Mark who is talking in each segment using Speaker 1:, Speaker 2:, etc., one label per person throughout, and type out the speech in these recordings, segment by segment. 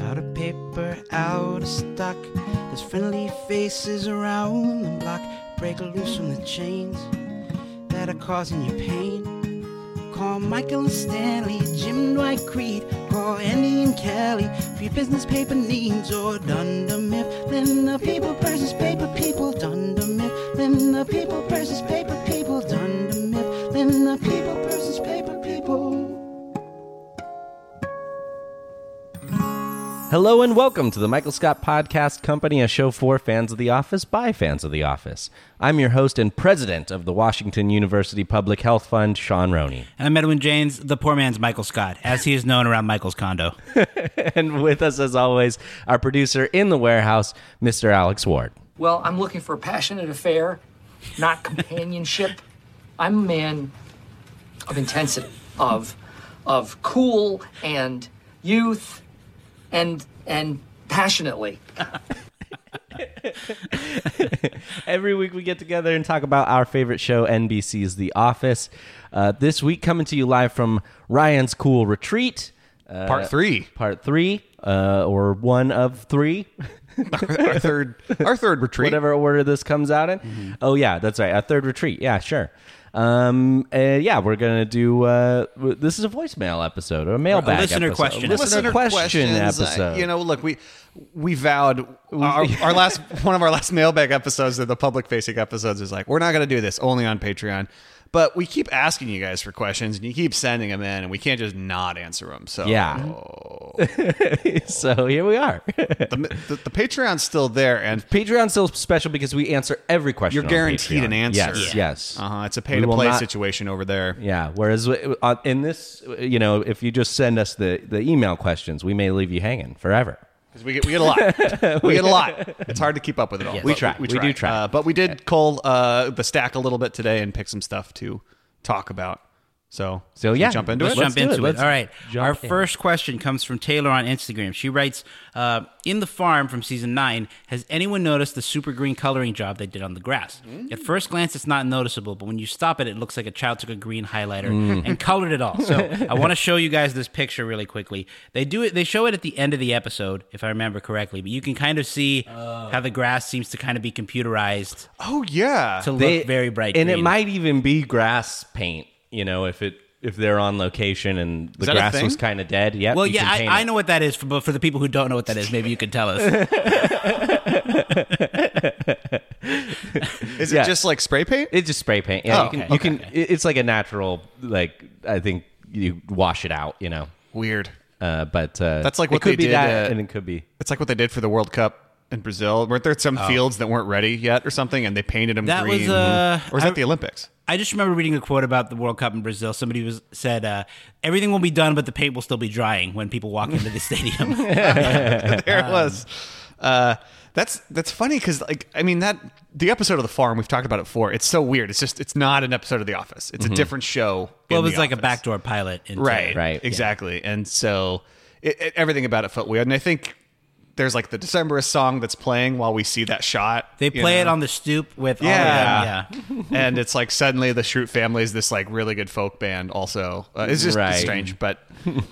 Speaker 1: Out of paper, out of stock. There's friendly faces around the block. Break loose from the chains that are causing you pain. Call Michael and Stanley, Jim Dwight Creed. Call Andy and Kelly for your business paper needs or Dunder Mifflin. The people versus paper people. Dunder Mifflin. The people versus paper people. Dunder Mifflin. The people versus paper people.
Speaker 2: Hello and welcome to the Michael Scott Podcast Company, a show for fans of The Office by fans of The Office. I'm your host and president of the Washington University Public Health Fund, Sean Roney.
Speaker 3: And I'm Edwin Janes, the poor man's Michael Scott, as he is known around Michael's condo.
Speaker 2: And with us, as always, our producer in the warehouse, Mr. Alex Ward.
Speaker 4: Well, I'm looking for a passionate affair, not companionship. I'm a man of intensity, of of cool and youth and and passionately.
Speaker 2: Every week we get together and talk about our favorite show, NBC's The Office. Uh, this week, coming to you live from Ryan's Cool Retreat,
Speaker 5: Part three,
Speaker 2: part three, uh, or one of three.
Speaker 5: our third, our third retreat.
Speaker 2: whatever order this comes out in. Oh yeah, that's right. A third retreat. Yeah, sure. Um, uh, yeah, we're gonna do. Uh, w- this is a voicemail episode or a mailbag
Speaker 3: listener
Speaker 2: episode.
Speaker 3: question
Speaker 2: listener,
Speaker 3: episode.
Speaker 2: question
Speaker 5: questions, uh,
Speaker 2: episode.
Speaker 5: you know, look, we we vowed our, our last one of our last mailbag episodes, or the public facing episodes, is like we're not going to do this only on Patreon. But we keep asking you guys for questions, and you keep sending them in, and we can't just not answer them. So
Speaker 2: yeah. so here we are.
Speaker 5: the, the, the Patreon's still there, and
Speaker 2: Patreon's still special because we answer every question.
Speaker 5: You're
Speaker 2: on
Speaker 5: guaranteed
Speaker 2: Patreon.
Speaker 5: an answer.
Speaker 2: Yes. Uh-huh. Yes.
Speaker 5: uh, it's
Speaker 2: We
Speaker 5: a pay to
Speaker 2: will
Speaker 5: play
Speaker 2: not-
Speaker 5: situation over there.
Speaker 2: Yeah. Whereas w- uh, in this, you know, if you just send us the the email questions, we may leave you hanging forever.
Speaker 5: Because we get we get a lot, we get a lot. It's hard to keep up with it all.
Speaker 2: We
Speaker 5: but
Speaker 2: try. We do try.
Speaker 5: Uh, but we did cull uh, the stack a little bit today and pick some stuff to talk about. So
Speaker 2: So,
Speaker 5: should we
Speaker 2: yeah.
Speaker 5: jump into
Speaker 2: Let's
Speaker 5: it.
Speaker 3: Let's, jump
Speaker 2: do it.
Speaker 3: into it.
Speaker 2: Let's
Speaker 3: All right.
Speaker 2: jump
Speaker 3: Our
Speaker 2: in.
Speaker 3: first question comes from Taylor on Instagram. She writes uh, In the farm from season nine, has anyone noticed the super green coloring job they did on the grass?
Speaker 2: Mm.
Speaker 3: At first glance, it's not noticeable, but when you stop it, it looks like a child took a green highlighter
Speaker 2: Mm.
Speaker 3: and colored it all. So I want to show you guys this picture really quickly. They do it. They show it at the end of the episode, if I remember correctly. But you can kind of see
Speaker 2: Oh.
Speaker 3: how the grass seems to kind of be computerized
Speaker 5: Oh yeah.
Speaker 3: to look
Speaker 2: Uh, They-
Speaker 3: very bright.
Speaker 2: and it
Speaker 3: green.
Speaker 2: might even be grass paint. You know, if it if they're on location and the
Speaker 5: that a
Speaker 2: grass
Speaker 5: thing?
Speaker 2: was kind of dead. Yep,
Speaker 3: Well,
Speaker 2: you
Speaker 3: yeah,
Speaker 2: can paint
Speaker 3: I, I
Speaker 2: it.
Speaker 3: know what that is, for, but for the people who don't know what that is, maybe you could tell us.
Speaker 5: Is
Speaker 2: yeah.
Speaker 5: it just like spray paint?
Speaker 2: It's just spray paint. Yeah,
Speaker 5: Oh,
Speaker 2: you can.
Speaker 5: okay.
Speaker 2: You can it- It's like a natural. Like I think you wash it out. You know,
Speaker 5: Weird.
Speaker 2: uh, but uh,
Speaker 5: That's like
Speaker 2: it
Speaker 5: what
Speaker 2: could
Speaker 5: they
Speaker 2: be
Speaker 5: did,
Speaker 2: that,
Speaker 5: uh,
Speaker 2: and it could be.
Speaker 5: It's like what they did for the World Cup in Brazil. Weren't there some
Speaker 2: Oh.
Speaker 5: fields that weren't ready yet or something, and they painted them
Speaker 3: That was,
Speaker 5: green?
Speaker 3: uh,
Speaker 5: or was
Speaker 3: I-
Speaker 5: that the Olympics?
Speaker 3: I just remember reading a quote about the World Cup in Brazil. Somebody was said, uh, "Everything will be done, but the paint will still be drying when people walk into the stadium."
Speaker 5: there it was. Uh, that's that's funny because like I mean that the episode of the farm we've talked about it before. It's so weird. It's just it's not an episode of The Office. It's a different show.
Speaker 3: Mm-hmm. well, it
Speaker 5: in
Speaker 3: was
Speaker 5: The
Speaker 3: like a
Speaker 5: Office.
Speaker 3: backdoor pilot, into
Speaker 5: right,
Speaker 2: Right, yeah.
Speaker 5: exactly. And so it, it- everything about it felt weird. And I think there's like the Decemberist song that's playing while we see that shot.
Speaker 3: They
Speaker 5: you
Speaker 3: play it
Speaker 5: know?
Speaker 3: on the stoop with
Speaker 5: Yeah.
Speaker 3: all of them. Yeah,
Speaker 5: and it's like suddenly the Shroot family is this like really good folk band. Also, uh, it's just
Speaker 2: Right.
Speaker 5: strange, but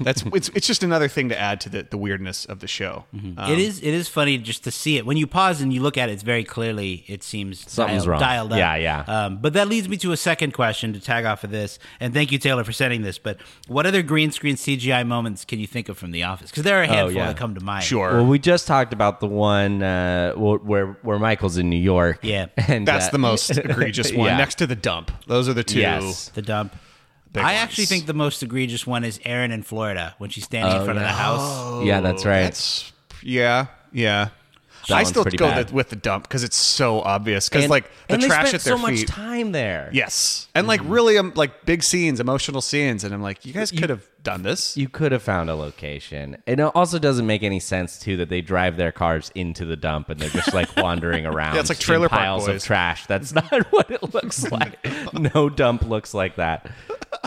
Speaker 5: that's it's it's just another thing to add to the, the weirdness of the show. Um,
Speaker 3: it is. It is funny just to see it when you pause and you look at it. It's very clearly. It seems
Speaker 2: Something's
Speaker 3: dialed,
Speaker 2: wrong.
Speaker 3: dialed up.
Speaker 2: Yeah, yeah.
Speaker 3: Um, but that leads me to a second question to tag off of this. And thank you, Taylor, for sending this. But what other green screen CGI moments can you think of from The Office? Because there are a handful
Speaker 2: Oh, yeah.
Speaker 3: that come to mind.
Speaker 5: sure.
Speaker 2: Well, we just talked about the one uh, wh- where where Michael's in New York.
Speaker 3: Yeah.
Speaker 2: and
Speaker 5: That's
Speaker 2: uh,
Speaker 5: the most egregious one.
Speaker 2: Yeah.
Speaker 5: Next to the dump. Those are the two.
Speaker 2: Yes.
Speaker 3: the dump.
Speaker 5: Big
Speaker 3: I
Speaker 5: ones.
Speaker 3: actually think the most egregious one is Erin in
Speaker 2: Oh,
Speaker 3: Florida when she's standing in front of the house.
Speaker 2: Yeah, that's right.
Speaker 5: That's yeah, yeah.
Speaker 2: That
Speaker 5: I
Speaker 2: one's
Speaker 5: still
Speaker 2: pretty
Speaker 5: go
Speaker 2: bad.
Speaker 5: the, with the dump because it's so obvious. Because
Speaker 2: And-
Speaker 5: like the
Speaker 2: and they
Speaker 5: trash
Speaker 2: spent
Speaker 5: at their
Speaker 2: so
Speaker 5: feet.
Speaker 2: much time Mm. there.
Speaker 5: Yes, and like really, um, like big scenes, emotional scenes, and I'm like, you guys could have done this.
Speaker 2: You could have found a location. And it also doesn't make any sense too that they drive their cars into the dump and they're just like wandering around.
Speaker 5: Yeah, it's like
Speaker 2: in
Speaker 5: Trailer Park
Speaker 2: piles of
Speaker 5: Boys.
Speaker 2: trash. That's not what it looks like. no dump looks like that.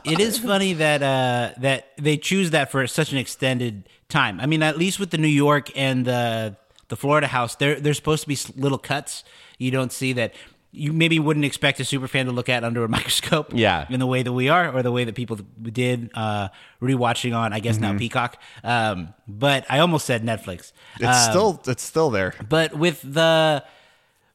Speaker 3: it is funny that uh, that they choose that for such an extended time. I mean, at least with the New York and the the Florida house, there there's supposed to be s- little cuts you don't see that you maybe wouldn't expect a super fan to look at under a microscope.
Speaker 2: Yeah.
Speaker 3: in the way that we are, or the way that people did uh, rewatching on, I guess now
Speaker 5: Mm-hmm.
Speaker 3: Peacock. Um, but I almost said Netflix. Um,
Speaker 5: It's still, it's still there.
Speaker 3: But with the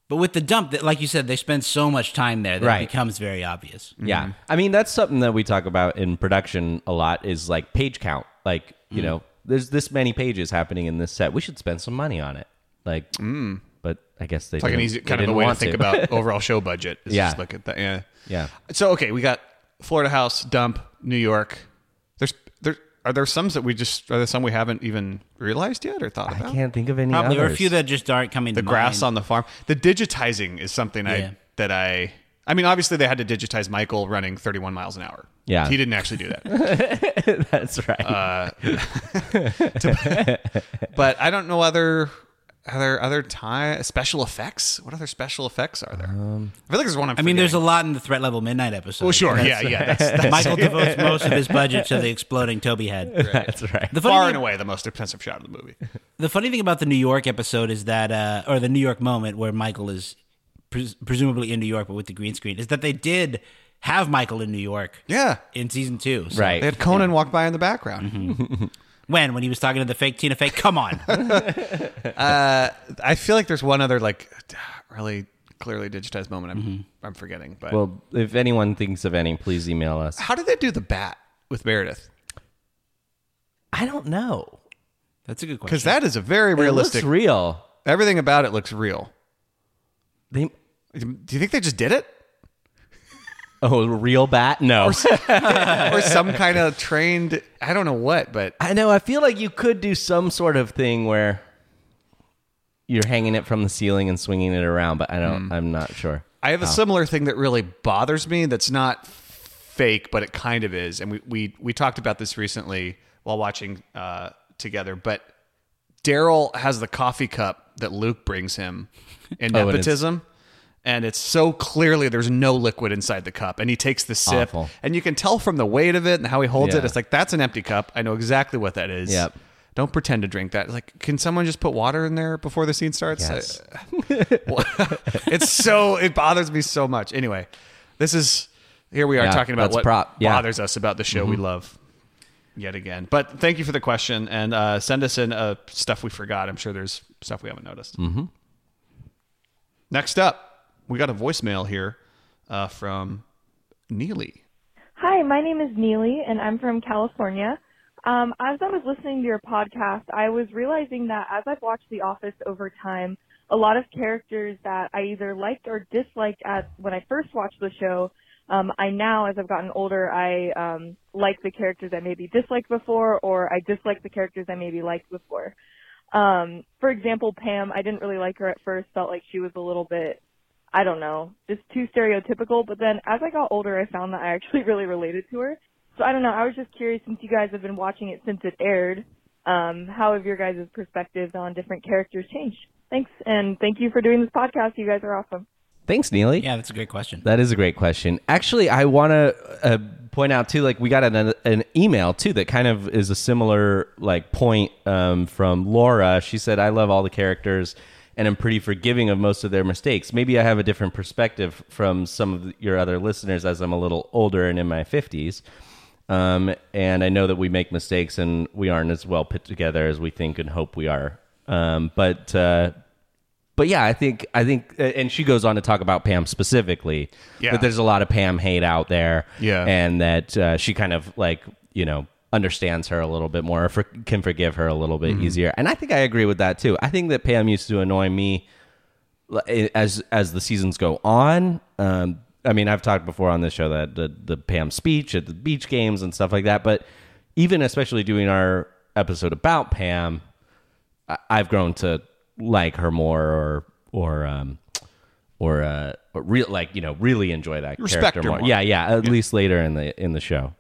Speaker 3: but with the dump, that like you said, they spend so much time there that
Speaker 2: Right.
Speaker 3: it becomes very obvious.
Speaker 5: Mm-hmm.
Speaker 2: Yeah. I mean, that's something that we talk about in production a lot is like page count. Like, you
Speaker 5: Mm.
Speaker 2: know, there's this many pages happening in this set. We should spend some money on it. Like, but I guess they
Speaker 5: Mm. It's like an
Speaker 2: didn't-
Speaker 5: easy
Speaker 2: they
Speaker 5: kind of a
Speaker 2: didn't
Speaker 5: way to
Speaker 2: want
Speaker 5: think about overall show budget. Is
Speaker 2: Yeah.
Speaker 5: just look at that. Yeah,
Speaker 2: Yeah.
Speaker 5: So okay, we got Florida House, Dump, New York. There's there are there some that we just are there some we haven't even realized yet or thought
Speaker 2: I
Speaker 5: about?
Speaker 2: can't think of any
Speaker 3: Probably,
Speaker 2: others.
Speaker 3: or a few that just aren't coming.
Speaker 5: the
Speaker 3: to
Speaker 5: grass
Speaker 3: mind.
Speaker 5: on the farm. The digitizing is something
Speaker 3: Yeah.
Speaker 5: I that I I mean obviously they had to digitize Michael running 31 miles an hour.
Speaker 2: Yeah.
Speaker 5: He didn't actually do that. Uh,
Speaker 2: that's right.
Speaker 5: but I don't know other other other time special effects. What other special effects are there?
Speaker 2: Um,
Speaker 5: I feel like there's one I'm
Speaker 3: I mean, there's a
Speaker 5: forgetting.
Speaker 3: lot in the Threat Level Midnight episode.
Speaker 5: Well, sure. Yeah,
Speaker 3: That's-
Speaker 5: yeah. That's, that's
Speaker 3: Michael devotes most of his budget to the exploding Toby head.
Speaker 2: that's right.
Speaker 3: The
Speaker 5: far
Speaker 3: funny,
Speaker 5: and
Speaker 3: thing,
Speaker 5: away the most expensive shot of the movie.
Speaker 3: the funny thing about the New York episode is that, uh, or the New York moment where Michael is pres- presumably in New York but with the green screen, is that they did have Michael in New York
Speaker 5: Yeah.
Speaker 3: in season two. So
Speaker 2: right. Mm-hmm.
Speaker 5: They had Conan walk by in the background.
Speaker 3: When? When he was talking to the fake Tina Fey? Come on.
Speaker 5: Uh, I feel like there's one other like really clearly digitized moment I'm I'm forgetting. But
Speaker 2: Mm-hmm. Well, if anyone thinks of any, please email us.
Speaker 5: how did they do the bat with Meredith?
Speaker 2: I don't know.
Speaker 3: That's a good question.
Speaker 5: Because that is a very realistic.
Speaker 2: It looks real.
Speaker 5: Everything about it looks real.
Speaker 2: They
Speaker 5: Do you think they just did it,
Speaker 2: oh, a real bat? No.
Speaker 5: or some kind of trained? I don't know what, but
Speaker 2: I know. I feel like you could do some sort of thing where you're hanging it from the ceiling and swinging it around, but I don't. I'm not sure.
Speaker 5: I have a similar thing that really bothers me. That's not fake, but it kind of is. And we we we talked about this recently while watching uh, together. But Daryl has the coffee cup that Luke brings him in
Speaker 2: Oh, and it's-
Speaker 5: nepotism. And it's so clearly there's no liquid inside the cup. And he takes the sip.
Speaker 2: Awful.
Speaker 5: And you can tell from the weight of it and how he holds it.
Speaker 2: Yeah.
Speaker 5: It's like, that's an empty cup. I know exactly what that is.
Speaker 2: Yep.
Speaker 5: Don't pretend to drink that. Like, can someone just put water in there before the scene starts?
Speaker 2: Yes.
Speaker 5: I- Well, it's so, it bothers me so much. Anyway, this is, here we are
Speaker 2: Yeah,
Speaker 5: talking about
Speaker 2: that's
Speaker 5: what
Speaker 2: prop. Yeah. Mm-hmm.
Speaker 5: bothers us about the show we love yet again. But thank you for the question and uh, send us in uh, stuff we forgot. I'm sure there's stuff we haven't noticed.
Speaker 2: Mm-hmm.
Speaker 5: Next up, we got a voicemail here uh, from Neely.
Speaker 6: Hi, my name is Neely, and I'm from California. Um, as I was listening to your podcast, I was realizing that as I've watched The Office over time, a lot of characters that I either liked or disliked at when I first watched the show, um, I now, as I've gotten older, I um, like the characters I maybe disliked before, or I dislike the characters I maybe liked before. Um, for example, Pam, I didn't really like her at first. Felt like she was a little bit I don't know, just too stereotypical. But then as I got older, I found that I actually really related to her. So I don't know. I was just curious since you guys have been watching it since it aired, um, how have your guys' perspectives on different characters changed? Thanks, and thank you for doing this podcast. You guys are awesome.
Speaker 2: Thanks, Neely.
Speaker 3: yeah, that's a great question.
Speaker 2: That is a great question. Actually, I want to uh, point out too, like we got an, an email too that kind of is a similar like point um, from Laura. She said, "I love all the characters." And I'm pretty forgiving of most of their mistakes. Maybe I have a different perspective from some of your other listeners as I'm a little older and in my 50s. Um, and I know that we make mistakes and we aren't as well put together as we think and hope we are. Um, but uh, but yeah, I think I think, uh, and she goes on to talk about Pam specifically.
Speaker 5: Yeah.
Speaker 2: that there's a lot of Pam hate out there.
Speaker 5: Yeah.
Speaker 2: and that uh, she kind of like you know understands her a little bit more, or for, can forgive her a little bit easier. And I think I agree with that too. I think that Pam used to annoy me l- eh, as as the seasons go on. Um, I mean, I've talked before on this show that the, the Pam speech at the beach games and stuff like that. But even especially doing our episode about Pam, I- I've grown to like her more or or um or uh or real like you know really enjoy that
Speaker 5: Respect
Speaker 2: character
Speaker 5: her
Speaker 2: more.
Speaker 5: more.
Speaker 2: Yeah, yeah. At least later in the in the show.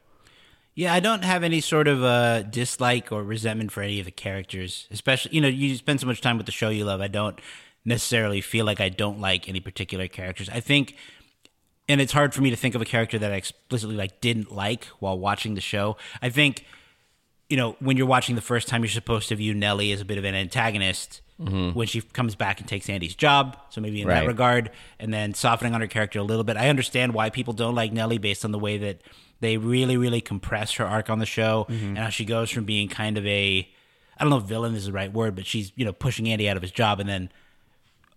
Speaker 3: Yeah, I don't have any sort of uh, dislike or resentment for any of the characters, especially you know you spend so much time with the show you love. I don't necessarily feel like I don't like any particular characters. I think, and it's hard for me to think of a character that I explicitly like didn't like while watching the show. I think you know when you're watching the first time, you're supposed to view Nellie as a bit of an antagonist when she comes back and takes Andy's job. So maybe in
Speaker 2: Right.
Speaker 3: that regard regard and then softening on her character a little bit. I understand why people don't like Nellie based on the way that they really, really compress her arc on the show and how she goes from being kind of a I don't know if villain is the right word, but she's, you know, pushing Andy out of his job and then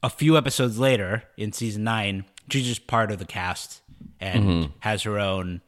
Speaker 3: a few episodes later in season nine, she's just part of the cast and
Speaker 2: Mm-hmm.
Speaker 3: has her own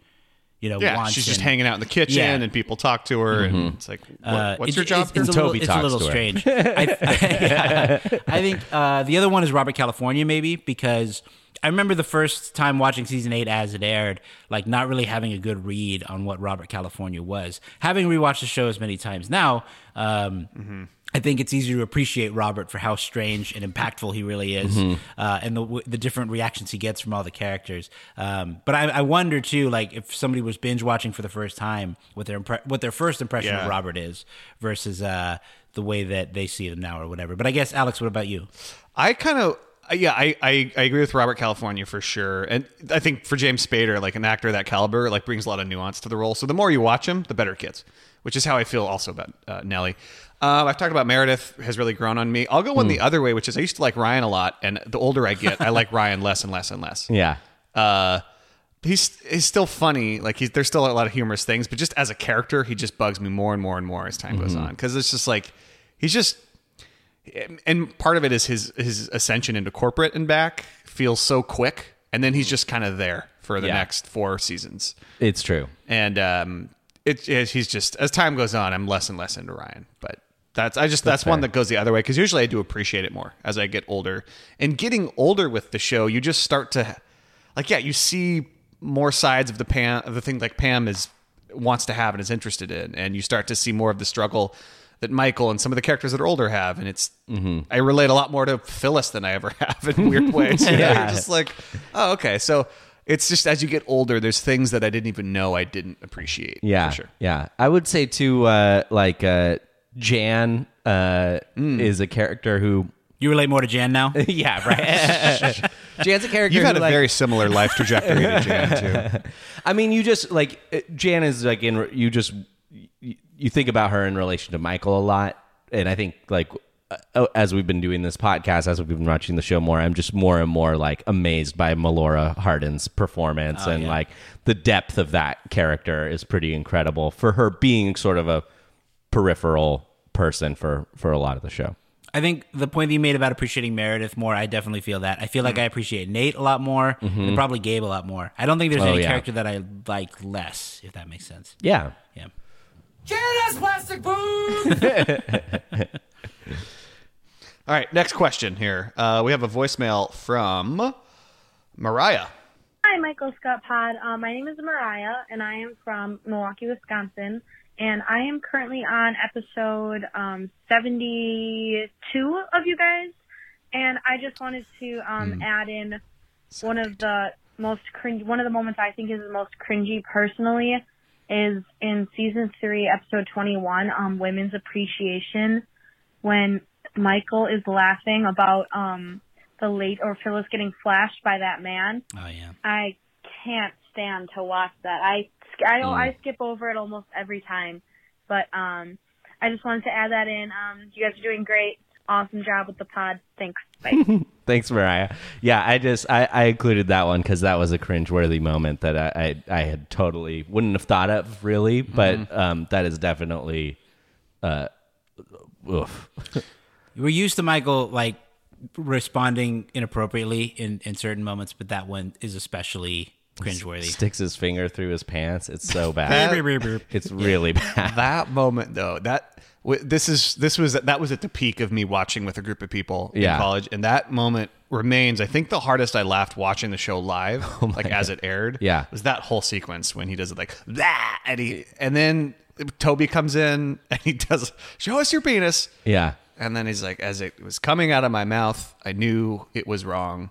Speaker 3: you know,
Speaker 5: Yeah,
Speaker 3: wants
Speaker 5: she's just
Speaker 3: and-
Speaker 5: hanging out in the kitchen,
Speaker 3: Yeah.
Speaker 5: and people talk to her,
Speaker 2: Mm-hmm.
Speaker 5: and it's like, what,
Speaker 3: uh,
Speaker 5: what's
Speaker 3: it's-
Speaker 5: your job?
Speaker 3: It's,
Speaker 5: here?
Speaker 3: it's a little,
Speaker 2: Toby
Speaker 3: it's a
Speaker 2: talks
Speaker 3: little
Speaker 2: to her.
Speaker 3: strange. I, yeah. I think uh, the other one is Robert California, maybe because I remember the first time watching season eight as it aired, like not really having a good read on what Robert California was. Having rewatched the show as many times now, um,
Speaker 5: Mm-hmm.
Speaker 3: I think it's easy to appreciate Robert for how strange and impactful he really is, uh, and the w- the different reactions he gets from all the characters. Um, but I, I wonder too, like if somebody was binge watching for the first time, what their impre- what their first impression
Speaker 5: Yeah.
Speaker 3: of Robert is versus uh, the way that they see him now or whatever. But I guess Alex, what about you?
Speaker 5: I kind of yeah, I, I I agree with Robert California for sure, and I think for James Spader, like an actor of that caliber, like brings a lot of nuance to the role. So the more you watch him, the better it gets, which is how I feel also about uh, Nellie. Um, I've talked about Meredith has really grown on me. I'll go one the other way, which is I used to like Ryan a lot, and the older I get, I like Ryan less and less and less.
Speaker 2: Yeah.
Speaker 5: Uh, he's he's still funny. Like he's there's still a lot of humorous things, but just as a character, he just bugs me more and more and more as time goes on because it's just like he's just. And part of it is his his ascension into corporate and back feels so quick, and then he's just kind of there for the
Speaker 2: Yeah.
Speaker 5: next four seasons.
Speaker 2: It's true.
Speaker 5: And um, it, it he's just as time goes on, I'm less and less into Ryan. But that's I just that's, one
Speaker 2: fair.
Speaker 5: that goes the other way because usually I do appreciate it more as I get older. And getting older with the show, you just start to like yeah, you see more sides of the Pam of the thing like Pam is wants to have and is interested in, and you start to see more of the struggle that Michael and some of the characters that are older have, and it's
Speaker 2: Mm-hmm.
Speaker 5: I relate a lot more to Phyllis than I ever have in weird ways. You know, you're
Speaker 2: Yeah.
Speaker 5: just like, oh, okay. So it's just as you get older, there's things that I didn't even know I didn't appreciate.
Speaker 2: Yeah,
Speaker 5: for sure.
Speaker 2: Yeah, I would say too, uh, like uh, Jan uh,
Speaker 5: Mm.
Speaker 2: is a character who.
Speaker 3: You relate more to Jan now?
Speaker 2: yeah, right. Jan's a character.
Speaker 5: You've had
Speaker 2: who,
Speaker 5: a
Speaker 2: like,
Speaker 5: very similar life trajectory to Jan too.
Speaker 2: I mean, you just like uh, Jan is like in. re- You just you, you think about her in relation to Michael a lot, and I think like uh, oh, as we've been doing this podcast, as we've been watching the show more, I'm just more and more like amazed by Melora Hardin's performance, and like the depth of that character is pretty incredible for her being sort of a peripheral person for for a lot of the show.
Speaker 3: I think the point that you made about appreciating Meredith more, I definitely feel that. I feel like I appreciate Nate a lot more, and probably Gabe a lot more. I don't think there's
Speaker 2: Oh,
Speaker 3: any
Speaker 2: yeah.
Speaker 3: character that I like less, if that makes sense.
Speaker 2: Yeah.
Speaker 3: Yeah.
Speaker 4: plastic boots!
Speaker 5: All right, next question here. Uh, we have a voicemail from Mariah.
Speaker 7: Hi, Michael Scott Pod. Uh, my name is Mariah, and I am from Milwaukee, Wisconsin. And I am currently on episode um, 72 of you guys. And I just wanted to um, add in one of the most cringe, one of the moments I think is the most cringy personally is in season three, episode 21, um, women's appreciation when Michael is laughing about um, the late or Phyllis getting flashed by that man.
Speaker 3: Oh yeah.
Speaker 7: I can't stand to watch that. I I, I skip over it almost every time, but um, I just wanted to add that in. Um, you guys are doing great. Awesome job with the pod. Thanks. Bye.
Speaker 2: Thanks, Mariah. Yeah, I just I, I included that one because that was a cringeworthy moment that I, I I had totally wouldn't have thought of really, but um, that is definitely uh, oof.
Speaker 3: We're used to Michael like responding inappropriately in, in certain moments, but that one is especially cringeworthy.
Speaker 2: sticks his finger through his pants. It's so bad.
Speaker 3: That,
Speaker 2: it's really bad.
Speaker 5: That moment though, that w- this is this was that was at the peak of me watching with a group of people
Speaker 2: Yeah.
Speaker 5: in college, and that moment remains. I think the hardest I laughed watching the show live, like as it aired.
Speaker 2: Oh Yeah.
Speaker 5: was that whole sequence when he does it like that, and he and then Toby comes in and he does show us your penis.
Speaker 2: Yeah.
Speaker 5: And then he's like, as it was coming out of my mouth, I knew it was wrong.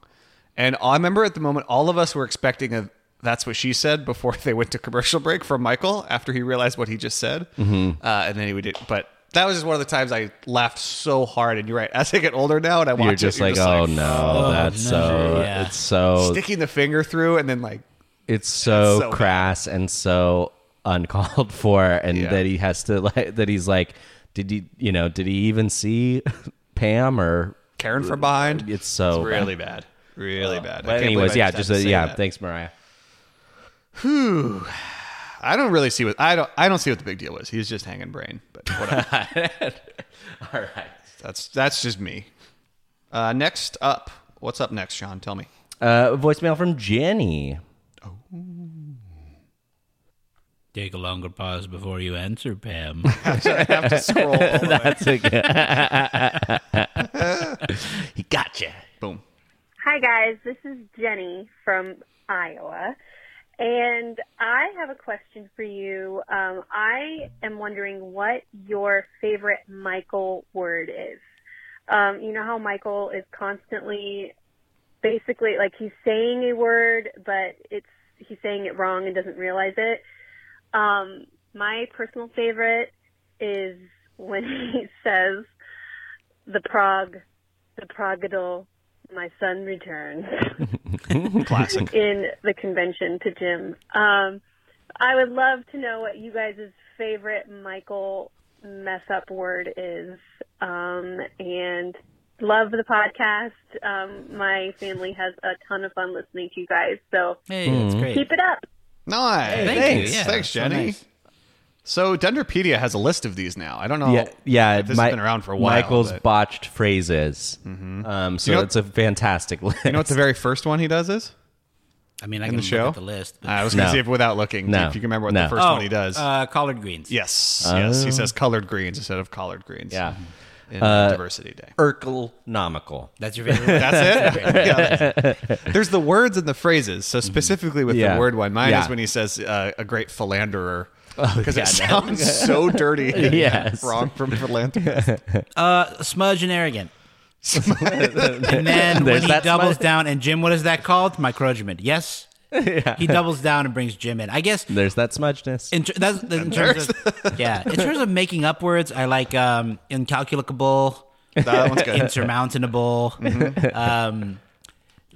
Speaker 5: And I remember at the moment, all of us were expecting a that's what she said before they went to commercial break from Michael after he realized what he just said.
Speaker 2: Mm-hmm.
Speaker 5: Uh, and then he would, but that was just one of the times I laughed so hard. And you're right, as I get older now and I watch
Speaker 2: You're
Speaker 5: it,
Speaker 2: just like, oh no, that's
Speaker 3: no,
Speaker 2: so
Speaker 3: yeah.
Speaker 2: it's so
Speaker 5: sticking the finger through and then like,
Speaker 2: it's so,
Speaker 5: so bad.
Speaker 2: crass and so uncalled for, and
Speaker 5: Yeah.
Speaker 2: that he has to like that he's like, did he you know did he even see Pam or
Speaker 5: Karen from behind.
Speaker 2: it's so bad.
Speaker 5: really bad. Really bad.
Speaker 2: But
Speaker 5: I can't believe
Speaker 2: anyways,
Speaker 5: I
Speaker 2: yeah,
Speaker 5: had
Speaker 2: just
Speaker 5: to
Speaker 2: a,
Speaker 5: say
Speaker 2: yeah.
Speaker 5: that.
Speaker 2: Thanks, Mariah.
Speaker 5: I don't really see what I don't I don't see what the big deal was. He's just hanging brain, but whatever.
Speaker 2: All right.
Speaker 5: that's that's just me. Uh, next up, what's up next, Sean? Tell me.
Speaker 2: Uh, voicemail from Jenny.
Speaker 3: Take a longer pause before you answer, Pam.
Speaker 5: Have to scroll. all the way.
Speaker 2: That's a good- he got you.
Speaker 5: Boom.
Speaker 7: Hi, guys. This is Jenny from Iowa. And I have a question for you. Um, I am wondering what your favorite Michael word is. Um, you know how Michael is constantly basically like he's saying a word, but it's he's saying it wrong and doesn't realize it. Um, my personal favorite is when he says the Prague, the Progadil, my son returns
Speaker 5: Classic.
Speaker 7: in the convention to Jim. Um, I would love to know what you guys' favorite Michael mess up word is. Um, and love the podcast. Um, my family has a ton of fun listening to you guys. So
Speaker 3: hey, that's
Speaker 5: Mm-hmm.
Speaker 3: great.
Speaker 7: keep it up.
Speaker 5: Nice.
Speaker 3: Thank
Speaker 5: thanks.
Speaker 3: you. Yeah,
Speaker 5: thanks,
Speaker 3: so
Speaker 5: Jenny.
Speaker 3: nice.
Speaker 5: So Denderpedia has a list of these now. I don't know.
Speaker 2: yeah, yeah.
Speaker 5: if this
Speaker 2: Mi-
Speaker 5: has been around for a while.
Speaker 2: Michael's
Speaker 5: but- Mm-hmm.
Speaker 2: botched phrases. Um, so
Speaker 5: You know-
Speaker 2: it's a fantastic list.
Speaker 5: you know what the very first one he does is?
Speaker 3: I mean, I
Speaker 5: In
Speaker 3: can
Speaker 5: the show? Uh,
Speaker 3: look at the list. but-
Speaker 5: I was going to
Speaker 2: No.
Speaker 5: see if without looking,
Speaker 2: No.
Speaker 5: if you can remember what
Speaker 2: No. Oh.
Speaker 5: the first one he does.
Speaker 3: Uh, collard greens.
Speaker 5: yes, yes. He says colored greens instead of collared greens.
Speaker 2: yeah. Uh,
Speaker 5: in Diversity Day.
Speaker 2: Urkel nomical.
Speaker 3: That's your favorite.
Speaker 5: That's it. Yeah. There's the words and the phrases. So specifically with
Speaker 2: Mhm. Yeah.
Speaker 5: the word one, mine
Speaker 2: Yeah. Oh,
Speaker 5: is when he says uh, a great philanderer because it sounds so dirty. and
Speaker 2: Yes.
Speaker 5: wrong from philanthropist.
Speaker 3: uh, smudge and arrogant. and then when
Speaker 2: There's
Speaker 3: he
Speaker 2: that
Speaker 3: doubles
Speaker 2: smudge.
Speaker 3: down, and Jim, what is that called? Microregiment. Yes. He doubles down and brings Jim in. I guess
Speaker 2: There's that smudgeness.
Speaker 3: In, tr- that's, that's in terms of yeah, in terms of making up words, I like um, incalculable,
Speaker 5: that one's good.
Speaker 3: insurmountable.
Speaker 2: Mm-hmm.
Speaker 3: Um,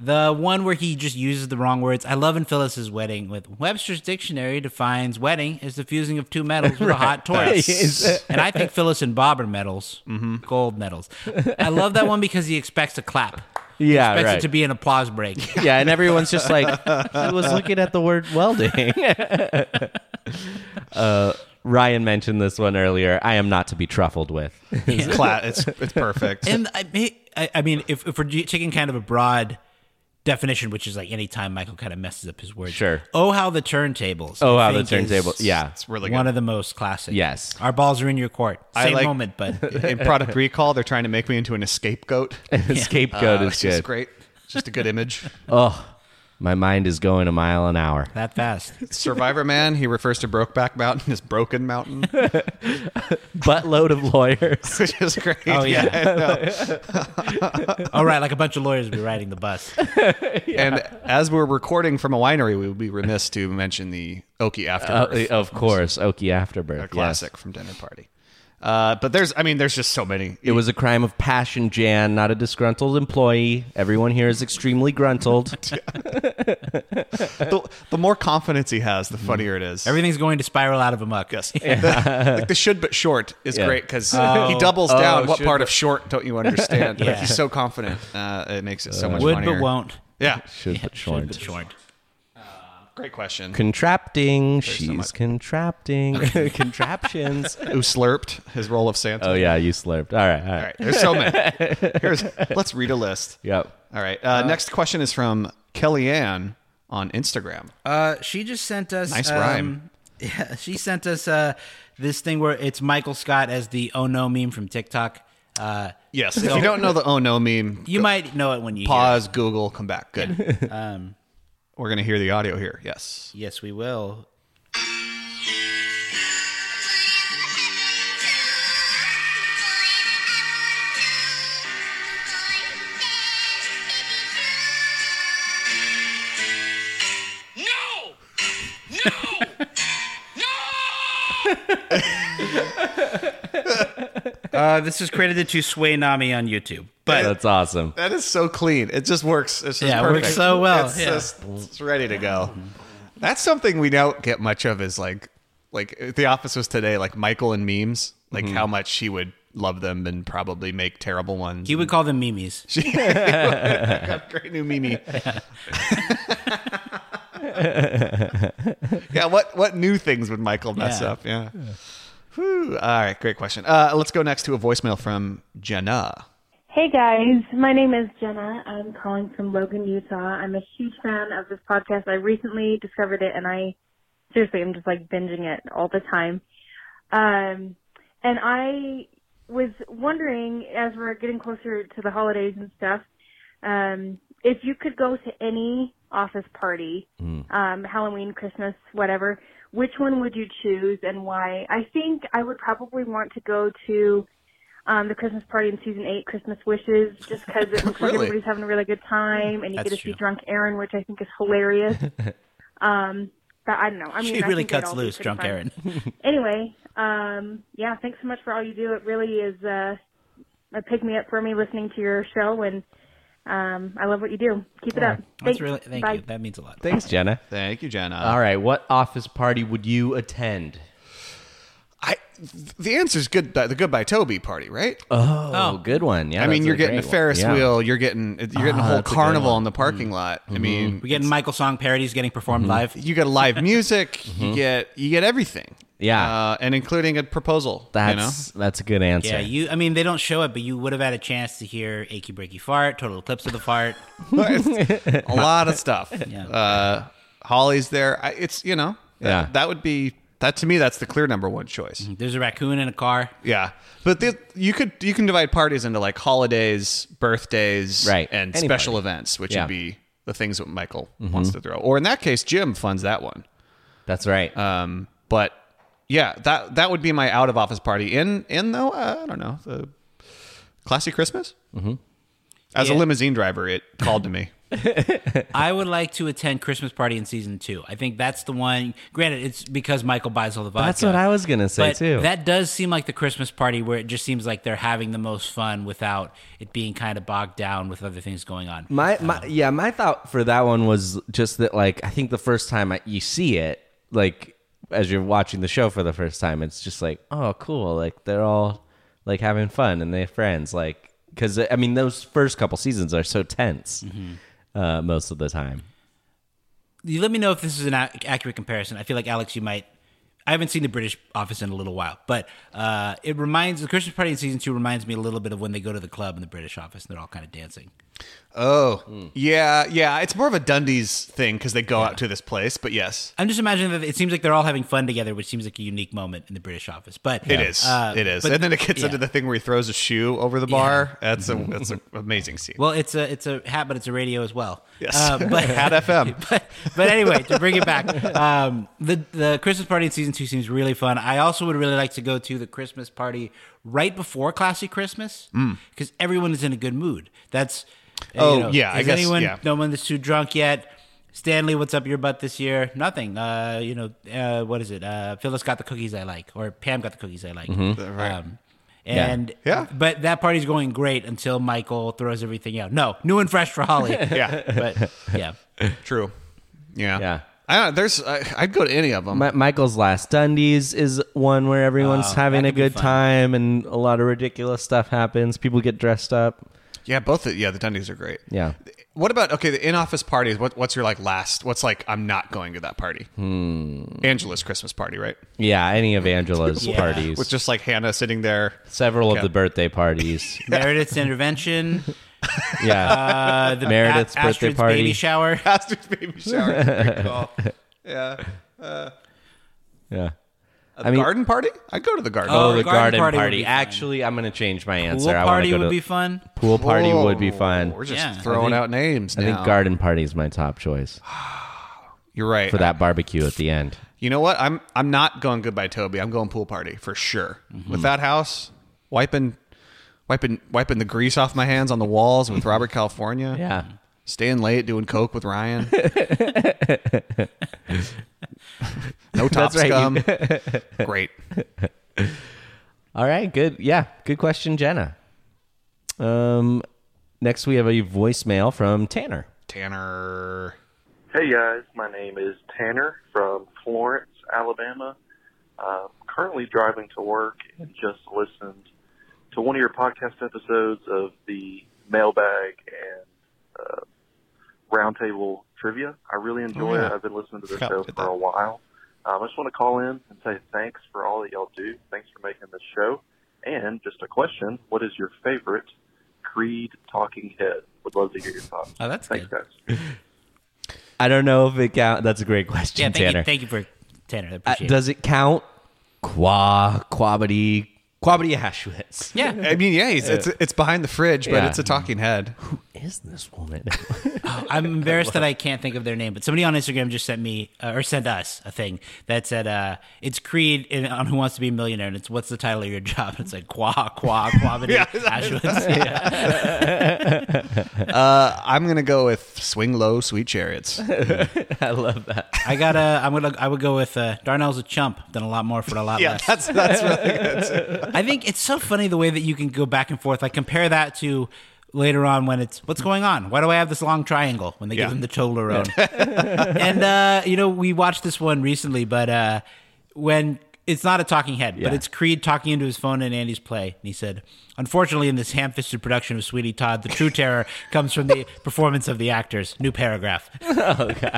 Speaker 3: the one where he just uses the wrong words. I love in Phyllis's wedding with Webster's dictionary defines wedding as the fusing of two metals with a hot torch.
Speaker 2: Yes. Mm-hmm.
Speaker 3: and I think Phyllis and Bob are metals, gold medals. I love that one because he expects a clap.
Speaker 2: yeah,
Speaker 3: Expects
Speaker 2: right.
Speaker 3: it to be an applause break.
Speaker 2: yeah, and everyone's just like, I was looking at the word welding. uh, Ryan mentioned this one earlier. I am not to be truffled with.
Speaker 5: It's, cla- it's, it's perfect.
Speaker 3: And I, may- I, I mean, if, if we're taking kind of a broad definition, which is like any time Michael kind of messes up his words.
Speaker 2: Sure.
Speaker 3: Oh, how the turntables.
Speaker 2: Oh,
Speaker 3: I
Speaker 2: how the
Speaker 3: think
Speaker 2: turntable.
Speaker 3: is
Speaker 2: Yeah.
Speaker 5: it's really
Speaker 3: one
Speaker 5: good.
Speaker 3: of the most classic.
Speaker 2: Yes.
Speaker 3: Our balls are in your court.
Speaker 5: I
Speaker 3: Same
Speaker 5: like-
Speaker 3: moment, but
Speaker 5: in Product Recall, they're trying to make me into an escape goat.
Speaker 2: Scapegoat
Speaker 5: Uh,
Speaker 2: is
Speaker 5: which is
Speaker 2: good.
Speaker 5: great. Just a good image.
Speaker 2: My mind is going a mile an hour.
Speaker 3: that fast.
Speaker 5: Survivor Man, he refers to Brokeback Mountain as Broken Mountain,
Speaker 2: Buttload of lawyers.
Speaker 5: which is great. uh,
Speaker 3: Oh, yeah.
Speaker 5: I know.
Speaker 3: All right, like a bunch of lawyers will be riding the bus.
Speaker 5: And as we're recording from a winery, we would be remiss to mention the Oki
Speaker 2: Uh,
Speaker 5: Afterbirth.
Speaker 2: of course, Okie Afterbirth.
Speaker 5: a classic from Dinner Party. Uh, but there's, I mean, there's just so many.
Speaker 2: It was a crime of passion, Jan, not a disgruntled employee. Everyone here is extremely gruntled.
Speaker 5: the, the more confidence he has,
Speaker 2: Mm-hmm.
Speaker 5: the funnier it is.
Speaker 3: Everything's going to spiral out of a muck.
Speaker 5: Yes. like the should but short is
Speaker 2: Yeah.
Speaker 5: great because he doubles
Speaker 2: Oh,
Speaker 5: down. What
Speaker 2: should
Speaker 5: part
Speaker 2: but-
Speaker 5: of short don't you understand? But
Speaker 3: Yeah.
Speaker 5: He's so confident. Uh, it makes it so much
Speaker 3: Would
Speaker 5: funnier.
Speaker 3: but won't.
Speaker 5: Yeah.
Speaker 2: Should but shorn.
Speaker 3: But short.
Speaker 5: Great question.
Speaker 2: Contrapting. She's
Speaker 5: much.
Speaker 2: contrapting. Contraptions.
Speaker 5: Who slurped his role of Santa?
Speaker 2: Oh, yeah, you slurped. All right, all right.
Speaker 5: All right. There's so many. Here's, let's read a list.
Speaker 2: Yep.
Speaker 5: All right. Uh, next question is from Kellyanne on Instagram.
Speaker 3: Uh, she just sent us um,
Speaker 5: Nice rhyme.
Speaker 3: Yeah, she sent us uh, this thing where it's Michael Scott as the oh no meme from TikTok. Uh,
Speaker 5: Yes. If you don't know the oh no meme,
Speaker 3: you might know it when you hear it.
Speaker 5: pause, Google, come back. Good.
Speaker 3: Um,
Speaker 5: We're going to hear the audio here. Yes.
Speaker 3: Yes, we will.
Speaker 8: Thank
Speaker 3: Uh, this is credited to Sway Nami on YouTube. But
Speaker 2: That's awesome.
Speaker 5: That is so clean. It just works. It's just
Speaker 3: Yeah, it
Speaker 5: perfect.
Speaker 3: works so well.
Speaker 5: It's
Speaker 3: Yeah.
Speaker 5: just it's ready to go. That's something we don't get much of is like like if the office was today like Michael and memes, like how much he would love them and probably make terrible ones.
Speaker 3: he would call them memes.
Speaker 5: great new meme. yeah, what what new things would Michael mess
Speaker 3: Yeah.
Speaker 5: up? Yeah. Whew. All right, great question. Uh, let's go next to a voicemail from Jenna.
Speaker 7: Hey guys, my name is Jenna. I'm calling from Logan, Utah. I'm a huge fan of this podcast. I recently discovered it and I seriously am just like binging it all the time. Um and I was wondering as we're getting closer to the holidays and stuff, um if you could go to any office party,
Speaker 3: Hmm.
Speaker 7: um Halloween, Christmas, whatever, which one would you choose and why? I think I would probably want to go to um, the Christmas party in season eight, Christmas Wishes, just because it looks
Speaker 5: Really?
Speaker 7: like everybody's having a really good time, and you
Speaker 3: That's
Speaker 7: get to
Speaker 3: true.
Speaker 7: see drunk Aaron, which I think is hilarious. um, but I don't know. I mean,
Speaker 3: She
Speaker 7: I
Speaker 3: really
Speaker 7: think they'd
Speaker 3: cuts
Speaker 7: all be
Speaker 3: loose,
Speaker 7: pretty
Speaker 3: drunk
Speaker 7: fun.
Speaker 3: Aaron.
Speaker 7: Anyway, um, yeah, thanks so much for all you do. It really is uh, a pick me up for me listening to your show, and um, I love what you do. Keep it up.
Speaker 3: That's
Speaker 7: Thanks.
Speaker 3: really thank
Speaker 7: Bye.
Speaker 3: you. That means a lot.
Speaker 2: Thanks, Jenna.
Speaker 5: Thank you, Jenna.
Speaker 2: All right, what office party would you attend?
Speaker 5: I th- the answer is good. The goodbye Toby party, right?
Speaker 2: Oh,
Speaker 3: Oh.
Speaker 2: good one. Yeah,
Speaker 5: I mean,
Speaker 2: that's
Speaker 5: you're
Speaker 2: a
Speaker 5: getting a
Speaker 2: great one.
Speaker 5: Ferris
Speaker 2: Yeah.
Speaker 5: wheel. You're getting you're getting a
Speaker 2: Ah,
Speaker 5: whole
Speaker 2: that's a good
Speaker 5: carnival
Speaker 2: one. Mm-hmm.
Speaker 5: in the parking lot. I mean,
Speaker 3: We're getting Michael song parodies getting performed live.
Speaker 5: you get live music. You get you get everything.
Speaker 2: Mm-hmm. Yeah.
Speaker 5: uh, and including a proposal. you know?
Speaker 2: That's that's a good answer.
Speaker 3: Yeah, you. I mean, they don't show it, but you would have had a chance to hear "Achy Breaky Fart," "Total Eclipse of the Fart."
Speaker 5: a lot of stuff.
Speaker 3: Yeah.
Speaker 5: Uh, Holly's there. I, it's you know.
Speaker 2: Yeah.
Speaker 5: That, that would be that to me. That's the clear number one choice.
Speaker 3: There's a raccoon in a car.
Speaker 5: Yeah, but the, you could you can divide parties into like holidays, birthdays,
Speaker 2: Right.
Speaker 5: and
Speaker 2: Any
Speaker 5: special
Speaker 2: party.
Speaker 5: events, which
Speaker 2: Yeah. Mm-hmm.
Speaker 5: would be the things that Michael wants to throw. Or in that case, Jim funds that one.
Speaker 2: that's right.
Speaker 5: Um, but yeah, that that would be my out of office party. In in though, uh, I don't know the classy Christmas. Mm-hmm. As a
Speaker 3: Yeah.
Speaker 5: limousine driver, it called to me.
Speaker 3: I would like to attend Christmas party in season two. I think that's the one. Granted, it's because Michael buys all the vodka.
Speaker 2: that's what I was gonna say
Speaker 3: but
Speaker 2: too.
Speaker 3: That does seem like the Christmas party where it just seems like they're having the most fun without it being kind of bogged down with other things going on.
Speaker 2: my my yeah, my thought for that one was just that like I think the first time I, you see it, like as you're watching the show for the first time, it's just like oh cool, like they're all like having fun and they're friends, like because I mean those first couple seasons are so tense
Speaker 3: Mm-hmm.
Speaker 2: uh, most of the time.
Speaker 3: you let me know if this is an ac accurate comparison. I feel like Alex, you might. I haven't seen the British Office in a little while, but uh, it reminds the Christmas party in season two reminds me a little bit of when they go to the club in the British Office and they're all kind of dancing.
Speaker 5: Oh,
Speaker 3: Hmm.
Speaker 5: yeah, yeah. It's more of a Dundee's thing because they go out to this place. But yes,
Speaker 3: I'm just imagining that it seems like they're all having fun together, which seems like a unique moment in the British Office. But
Speaker 5: it is.
Speaker 3: uh,
Speaker 5: it is.
Speaker 3: but-
Speaker 5: and then it gets
Speaker 3: yeah. Mm-hmm.
Speaker 5: into the thing where he throws a shoe over the bar. That's a that's an amazing scene.
Speaker 3: Well, it's a it's a hat, but it's a radio as well. Uh,
Speaker 5: Yes.
Speaker 3: but,
Speaker 5: Hat FM.
Speaker 3: But, but anyway, to bring it back, um, the the Christmas party in season two seems really fun. I also would really like to go to the Christmas party right before Classy Christmas because everyone is in a good mood. That's
Speaker 5: Mm. Oh, yeah, I
Speaker 3: Is
Speaker 5: guess,
Speaker 3: anyone
Speaker 5: yeah.
Speaker 3: no one that's too drunk yet? Stanley, what's up your butt this year? Nothing. Uh, you know, uh, what is it? Uh, Phyllis got the cookies I like, or Pam got the cookies I like.
Speaker 5: Mm-hmm.
Speaker 3: Um, and
Speaker 5: Yeah.
Speaker 3: but that party's going great until Michael throws everything out. No, new and fresh for Holly.
Speaker 5: yeah,
Speaker 3: But yeah.
Speaker 5: true. Yeah,
Speaker 2: Yeah.
Speaker 5: I don't. know, There's. I, I'd go to any of them.
Speaker 2: Mi- Michael's Last Dundies is one where everyone's having
Speaker 3: that
Speaker 2: a
Speaker 3: could Oh, be
Speaker 2: good
Speaker 3: fun.
Speaker 2: time and a lot of ridiculous stuff happens. People get dressed up.
Speaker 5: yeah, both. The, yeah, the Dundies are great.
Speaker 2: Yeah.
Speaker 5: What about okay? The in-office parties. What, what's your like last? What's like? I'm not going to that party.
Speaker 3: Hmm.
Speaker 5: Angela's Christmas party, right?
Speaker 2: Yeah, any of Angela's
Speaker 3: Yeah.
Speaker 2: parties.
Speaker 5: With just like Hannah sitting there.
Speaker 2: Several
Speaker 5: Yeah.
Speaker 2: of the birthday parties.
Speaker 3: Meredith's intervention,
Speaker 2: yeah.
Speaker 3: uh, the
Speaker 2: Meredith's
Speaker 3: A-
Speaker 2: birthday
Speaker 3: Astrid's
Speaker 2: party.
Speaker 3: baby shower.
Speaker 5: Pastor's baby shower. Good call. Yeah.
Speaker 2: yeah.
Speaker 5: A
Speaker 2: I mean-
Speaker 5: garden party? I'd go to the garden.
Speaker 3: Oh,
Speaker 2: Oh, the
Speaker 3: garden
Speaker 2: garden,
Speaker 3: party
Speaker 2: party.
Speaker 3: would be fun.
Speaker 2: Actually, I'm going to change my answer.
Speaker 3: Pool
Speaker 2: I want to
Speaker 3: party
Speaker 2: go
Speaker 3: would
Speaker 2: to
Speaker 3: be fun.
Speaker 2: pool party would be
Speaker 5: Whoa,
Speaker 2: fun.
Speaker 5: We're just
Speaker 3: Yeah.
Speaker 5: throwing
Speaker 2: I think-
Speaker 5: out names
Speaker 2: I
Speaker 5: now.
Speaker 2: think garden party is my top choice
Speaker 5: You're right.
Speaker 2: for that barbecue at the end.
Speaker 5: You know what? I'm I'm not going goodbye Toby. I'm going pool party for sure. With that house, wiping wiping wiping the grease off my hands on the walls with Robert California.
Speaker 2: Yeah.
Speaker 5: Staying late doing coke with Ryan. no top
Speaker 2: That's right,
Speaker 5: scum.
Speaker 2: you-
Speaker 5: Great.
Speaker 2: All right, good. Yeah, good question, Jenna. Um, next we have a voicemail from Tanner.
Speaker 5: Tanner.
Speaker 8: Hey guys, my name is Tanner from Florence, Alabama. I'm currently driving to work and just listened to one of your podcast episodes of the mailbag and uh, roundtable trivia. I really enjoy
Speaker 5: Oh, yeah.
Speaker 8: it. I've been listening to this
Speaker 5: Forgot
Speaker 8: show
Speaker 5: we did
Speaker 8: for
Speaker 5: that.
Speaker 8: a while. Um, I just want to call in and say thanks for all that y'all do. Thanks for making this show. And just a question: What is your favorite Creed talking head? Would love to hear your thoughts.
Speaker 3: Oh, that's
Speaker 8: thanks,
Speaker 3: good.
Speaker 8: guys.
Speaker 2: I don't know if it count. That's a great
Speaker 3: Yeah,
Speaker 2: question,
Speaker 3: thank
Speaker 2: Tanner.
Speaker 3: you, thank you for Tanner. I
Speaker 2: Uh,
Speaker 3: appreciate it.
Speaker 2: does it count? Qua quabity quabity Ashwitz.
Speaker 3: Yeah,
Speaker 5: I mean, yeah, he's, it's it's behind the fridge, but
Speaker 2: Yeah.
Speaker 5: it's a talking head.
Speaker 2: Is this woman?
Speaker 3: I'm embarrassed that I can't think of their name, but somebody on Instagram just sent me uh, or sent us a thing that said uh, it's Creed in, on Who Wants to Be a Millionaire, and it's what's the title of your job? And it's like qua qua qua yeah,
Speaker 5: Uh, I'm gonna go with swing low, sweet chariots.
Speaker 2: I love that.
Speaker 3: I got to I'm gonna. I would go with uh, Darnell's a chump. Done a lot more for a lot less.
Speaker 5: that's that's really
Speaker 3: I think it's so funny the way that you can go back and forth. Like compare that to later on when it's what's going on? Why do I have this long triangle when they
Speaker 5: Yeah.
Speaker 3: give them the Toblerone? and uh, you know, we watched this one recently, but uh, when it's not a talking head, but
Speaker 2: Yeah.
Speaker 3: it's Creed talking into his phone in Andy's play, and he said, "Unfortunately, in this ham-fisted production of Sweetie Todd, the true terror comes from the performance of the actors." New paragraph.
Speaker 5: vocal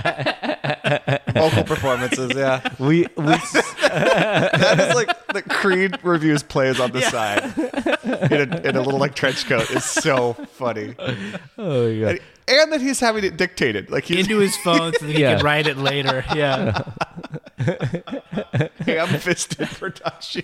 Speaker 5: performances. Yeah,
Speaker 2: We we
Speaker 5: that is like the Creed reviews plays on the side in a, in a little like trench coat is so funny,
Speaker 2: oh my God.
Speaker 5: and, and that he's having it dictated. Like he's
Speaker 3: Into his phone so that he
Speaker 2: Yeah.
Speaker 3: can write it later. Yeah.
Speaker 5: ham-fisted production.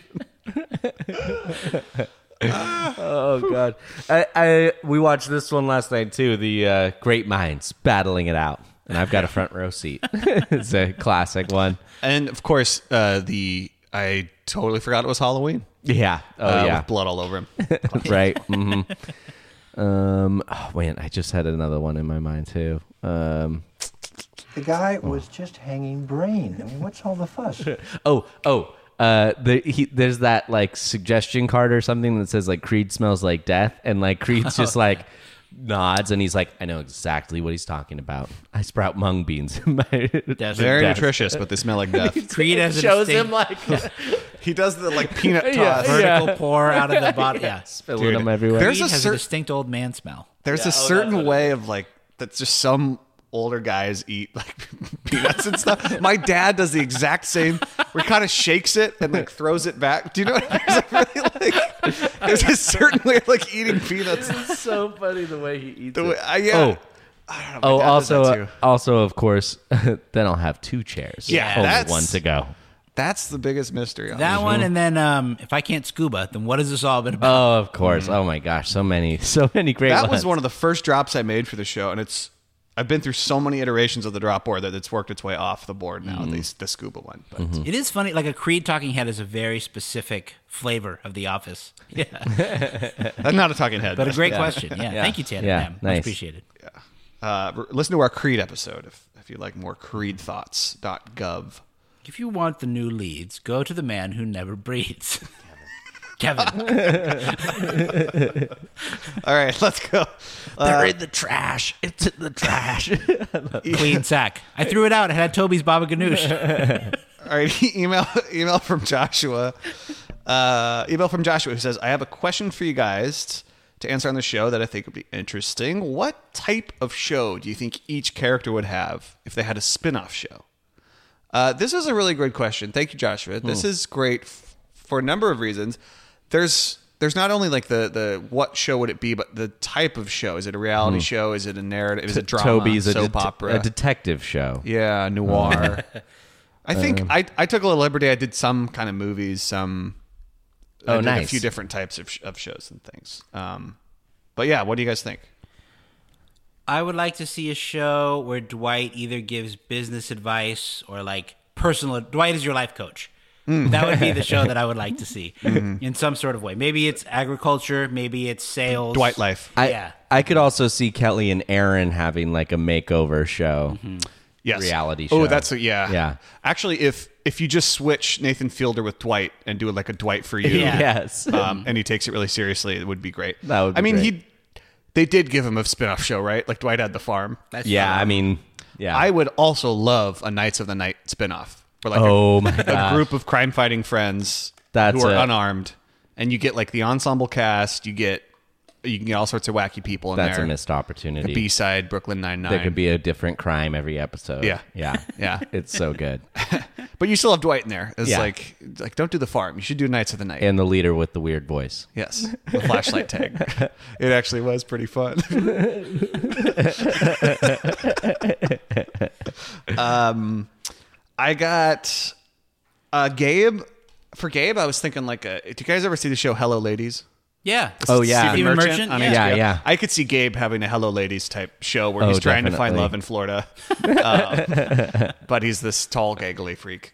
Speaker 2: Oh god. I, I we watched this one last night too. The uh, Great Minds battling it out, and I've got a front row seat. it's a classic one.
Speaker 5: And of course, uh, the I totally forgot it was Halloween.
Speaker 2: Yeah. Oh
Speaker 5: uh,
Speaker 2: yeah.
Speaker 5: with blood all over him.
Speaker 2: right. hmm Um. Oh, man, I just had another one in my mind too. Um.
Speaker 9: The guy was just hanging brain. I mean, what's all the fuss?
Speaker 2: Oh. Oh. Uh, the, he, there's that like suggestion card or something that says like Creed smells like death, and like Creed's just like nods, and he's like, I know exactly what he's talking about. I sprout mung beans in my desert.
Speaker 5: Very
Speaker 2: death."
Speaker 5: nutritious, but they smell like death.
Speaker 3: Creed has a
Speaker 2: Shows
Speaker 3: distinct-
Speaker 2: him like
Speaker 5: he does the like peanut toss.
Speaker 2: Yeah, yeah.
Speaker 3: vertical pour out of the bottom. Yeah.
Speaker 2: spilling
Speaker 5: Dude,
Speaker 2: them everywhere.
Speaker 5: there's
Speaker 3: Creed
Speaker 5: a
Speaker 3: has
Speaker 5: cer-
Speaker 3: a distinct old man smell.
Speaker 2: oh,
Speaker 5: There's a certain way of like that's just some older guys eat like peanuts and stuff. My dad does the exact same. Where he kind of shakes it and like throws it back. Do you know what I mean? It's really, like, there's a certain way of like eating peanuts.
Speaker 2: so funny the way he eats
Speaker 5: The way, I, yeah.
Speaker 2: Oh.
Speaker 5: I don't know,
Speaker 2: Oh,
Speaker 5: my dad does that
Speaker 2: also,
Speaker 5: too.
Speaker 2: uh, also, of course, then I'll have two chairs.
Speaker 5: Yeah,
Speaker 2: only
Speaker 5: that's-
Speaker 2: one to go.
Speaker 5: that's the biggest mystery. On
Speaker 3: That
Speaker 5: this.
Speaker 3: one, and then um, if I can't scuba, then what has this all been about?
Speaker 2: Oh, of course.
Speaker 5: Mm-hmm.
Speaker 2: Oh my gosh, so many, so many great.
Speaker 5: That
Speaker 2: ones.
Speaker 5: was one of the first drops I made for the show, and it's I've been through so many iterations of the drop board that it's worked its way off the board now.
Speaker 2: Mm-hmm.
Speaker 5: At least the scuba one, but
Speaker 3: It is funny. Like a Creed talking head is a very specific flavor of The Office. Yeah,
Speaker 5: that's not a talking head.
Speaker 3: but a great question. Yeah. thank you, Tanner.
Speaker 2: Yeah,
Speaker 3: Yeah, much
Speaker 2: nice.
Speaker 3: appreciated.
Speaker 5: uh, re- listen to our Creed episode if, if you like more creedthoughts.gov.
Speaker 3: If you want the new leads, go to the man who never breathes. Kevin,
Speaker 5: All right, let's go. Uh,
Speaker 2: They're in the trash. It's in the trash.
Speaker 3: clean sack. I threw it out. It had Toby's Baba Ganoush.
Speaker 5: All right, email email from Joshua. Uh, email from Joshua who says, "I have a question for you guys to answer on the show that I think would be interesting. What type of show do you think each character would have if they had a spin-off show?" Uh, this is a really great question. Thank you, Joshua.
Speaker 2: Hmm.
Speaker 5: This is great f- for a number of reasons. There's there's not only like the the what show would it be, but the type of show. Is it a reality show? Is it a narrative? Is it drama?
Speaker 2: Hmm. Toby's a,
Speaker 5: soap
Speaker 2: det-
Speaker 5: opera?
Speaker 2: a detective show.
Speaker 5: Yeah, noir. I
Speaker 2: Uh,
Speaker 5: think I, I took a little liberty. I did some kind of movies, some I
Speaker 2: Oh,
Speaker 5: did a
Speaker 2: nice.
Speaker 5: few different types of, sh- of shows and things. Um, but yeah, what do you guys think?
Speaker 3: I would like to see a show where Dwight either gives business advice or like personal. Dwight is your life coach. That would be the show that I would like to see in some sort of way. Maybe it's agriculture. Maybe it's sales.
Speaker 5: Dwight Life.
Speaker 2: I,
Speaker 3: yeah.
Speaker 5: Mm-hmm.
Speaker 2: I could also see Kelly and Aaron having like a makeover show.
Speaker 5: Yes.
Speaker 2: reality show.
Speaker 5: Oh, that's a, yeah.
Speaker 2: Yeah.
Speaker 5: Actually, if if you just switch Nathan Fielder with Dwight and do it like a Dwight for you,
Speaker 2: Yeah. Yes.
Speaker 5: um, and he takes it really seriously, it would be great.
Speaker 2: That would be
Speaker 5: I mean,
Speaker 2: great.
Speaker 5: he they did give him a spin-off show, right? Like Dwight had the farm.
Speaker 2: yeah, I mean, yeah.
Speaker 5: I would also love a Knights of the Night spinoff. Where like
Speaker 2: Oh
Speaker 5: a,
Speaker 2: my
Speaker 5: a
Speaker 2: gosh.
Speaker 5: group of crime fighting friends
Speaker 2: That's
Speaker 5: who are
Speaker 2: it.
Speaker 5: unarmed. And you get like the ensemble cast, you get you can get all sorts of wacky people in
Speaker 2: that's
Speaker 5: there.
Speaker 2: a missed opportunity.
Speaker 5: The B side, Brooklyn Nine Nine.
Speaker 2: there could be a different crime every episode.
Speaker 5: Yeah.
Speaker 2: Yeah.
Speaker 5: Yeah.
Speaker 2: It's so good.
Speaker 5: But you still have Dwight in there. It's
Speaker 2: Yeah.
Speaker 5: like like don't do the farm. You should do Knights of the Night.
Speaker 2: And the leader with the weird voice.
Speaker 5: yes. The flashlight tag. it actually was pretty fun. um I got uh Gabe for Gabe, I was thinking like uh do you guys ever see the show Hello Ladies?
Speaker 3: Yeah.
Speaker 2: Oh, yeah.
Speaker 3: Stephen
Speaker 2: Stephen
Speaker 3: Merchant.
Speaker 5: on
Speaker 3: yeah.
Speaker 2: Yeah,
Speaker 5: HBO.
Speaker 2: yeah.
Speaker 5: I could see Gabe having a Hello Ladies type show where
Speaker 2: Oh,
Speaker 5: he's trying to find
Speaker 2: definitely.
Speaker 5: love in Florida, Um, but he's this tall, gaggly freak,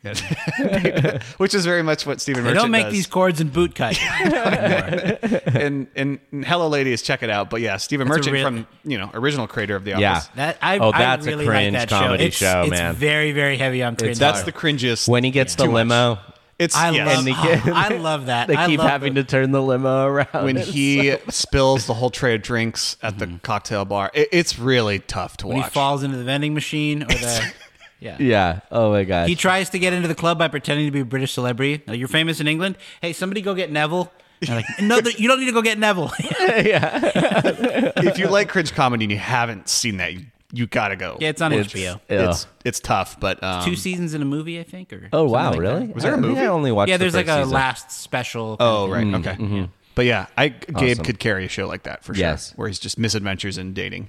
Speaker 5: which is very much what Stephen
Speaker 3: They
Speaker 5: Merchant
Speaker 3: don't make
Speaker 5: does.
Speaker 3: these cords in boot cut.
Speaker 5: and, and and Hello Ladies, check it out. But yeah, Stephen
Speaker 3: That's a
Speaker 5: Merchant
Speaker 3: real-
Speaker 5: from you know original creator of The Office.
Speaker 2: Yeah.
Speaker 3: That I,
Speaker 2: Oh, that's
Speaker 3: I
Speaker 2: a
Speaker 3: really
Speaker 2: cringe
Speaker 3: like that
Speaker 2: comedy
Speaker 3: show, It's-
Speaker 2: show,
Speaker 3: it's
Speaker 2: man.
Speaker 3: very very heavy on cringe.
Speaker 5: that's the cringiest.
Speaker 2: When he gets the
Speaker 5: too much.
Speaker 2: limo,
Speaker 5: it's
Speaker 3: I
Speaker 5: yes.
Speaker 3: love.
Speaker 2: And they
Speaker 3: oh,
Speaker 2: get-
Speaker 3: I love that.
Speaker 2: they
Speaker 3: I
Speaker 2: keep
Speaker 3: love
Speaker 2: having to turn the limo around.
Speaker 5: when
Speaker 2: It's
Speaker 5: he spills the whole tray of drinks at the cocktail bar. It, it's really tough to
Speaker 3: when he
Speaker 5: watch.
Speaker 3: falls into the vending machine or the yeah.
Speaker 2: Yeah. Oh my gosh.
Speaker 3: He tries to get into the club by pretending to be a British celebrity. Like, you're famous in England. Hey, somebody go get Neville. And they're like, no, th- you don't need to go get Neville.
Speaker 5: if you like cringe comedy and you haven't seen that, you, you gotta go.
Speaker 3: yeah, it's on
Speaker 2: It's-
Speaker 3: HBO.
Speaker 2: Ugh.
Speaker 5: it's it's tough, but um,
Speaker 3: Two seasons in a movie, I think. Or
Speaker 2: oh
Speaker 3: something
Speaker 2: wow,
Speaker 3: like
Speaker 2: really?
Speaker 3: that.
Speaker 5: Was there a
Speaker 2: I think
Speaker 5: movie?
Speaker 2: I only watched.
Speaker 3: Yeah,
Speaker 2: the
Speaker 3: there's
Speaker 2: first
Speaker 3: like a
Speaker 2: season.
Speaker 3: last special.
Speaker 5: Oh right, okay. But yeah, I Gabe
Speaker 2: Awesome.
Speaker 5: could carry a show like that for sure.
Speaker 2: Yes.
Speaker 5: where he's just misadventures in dating.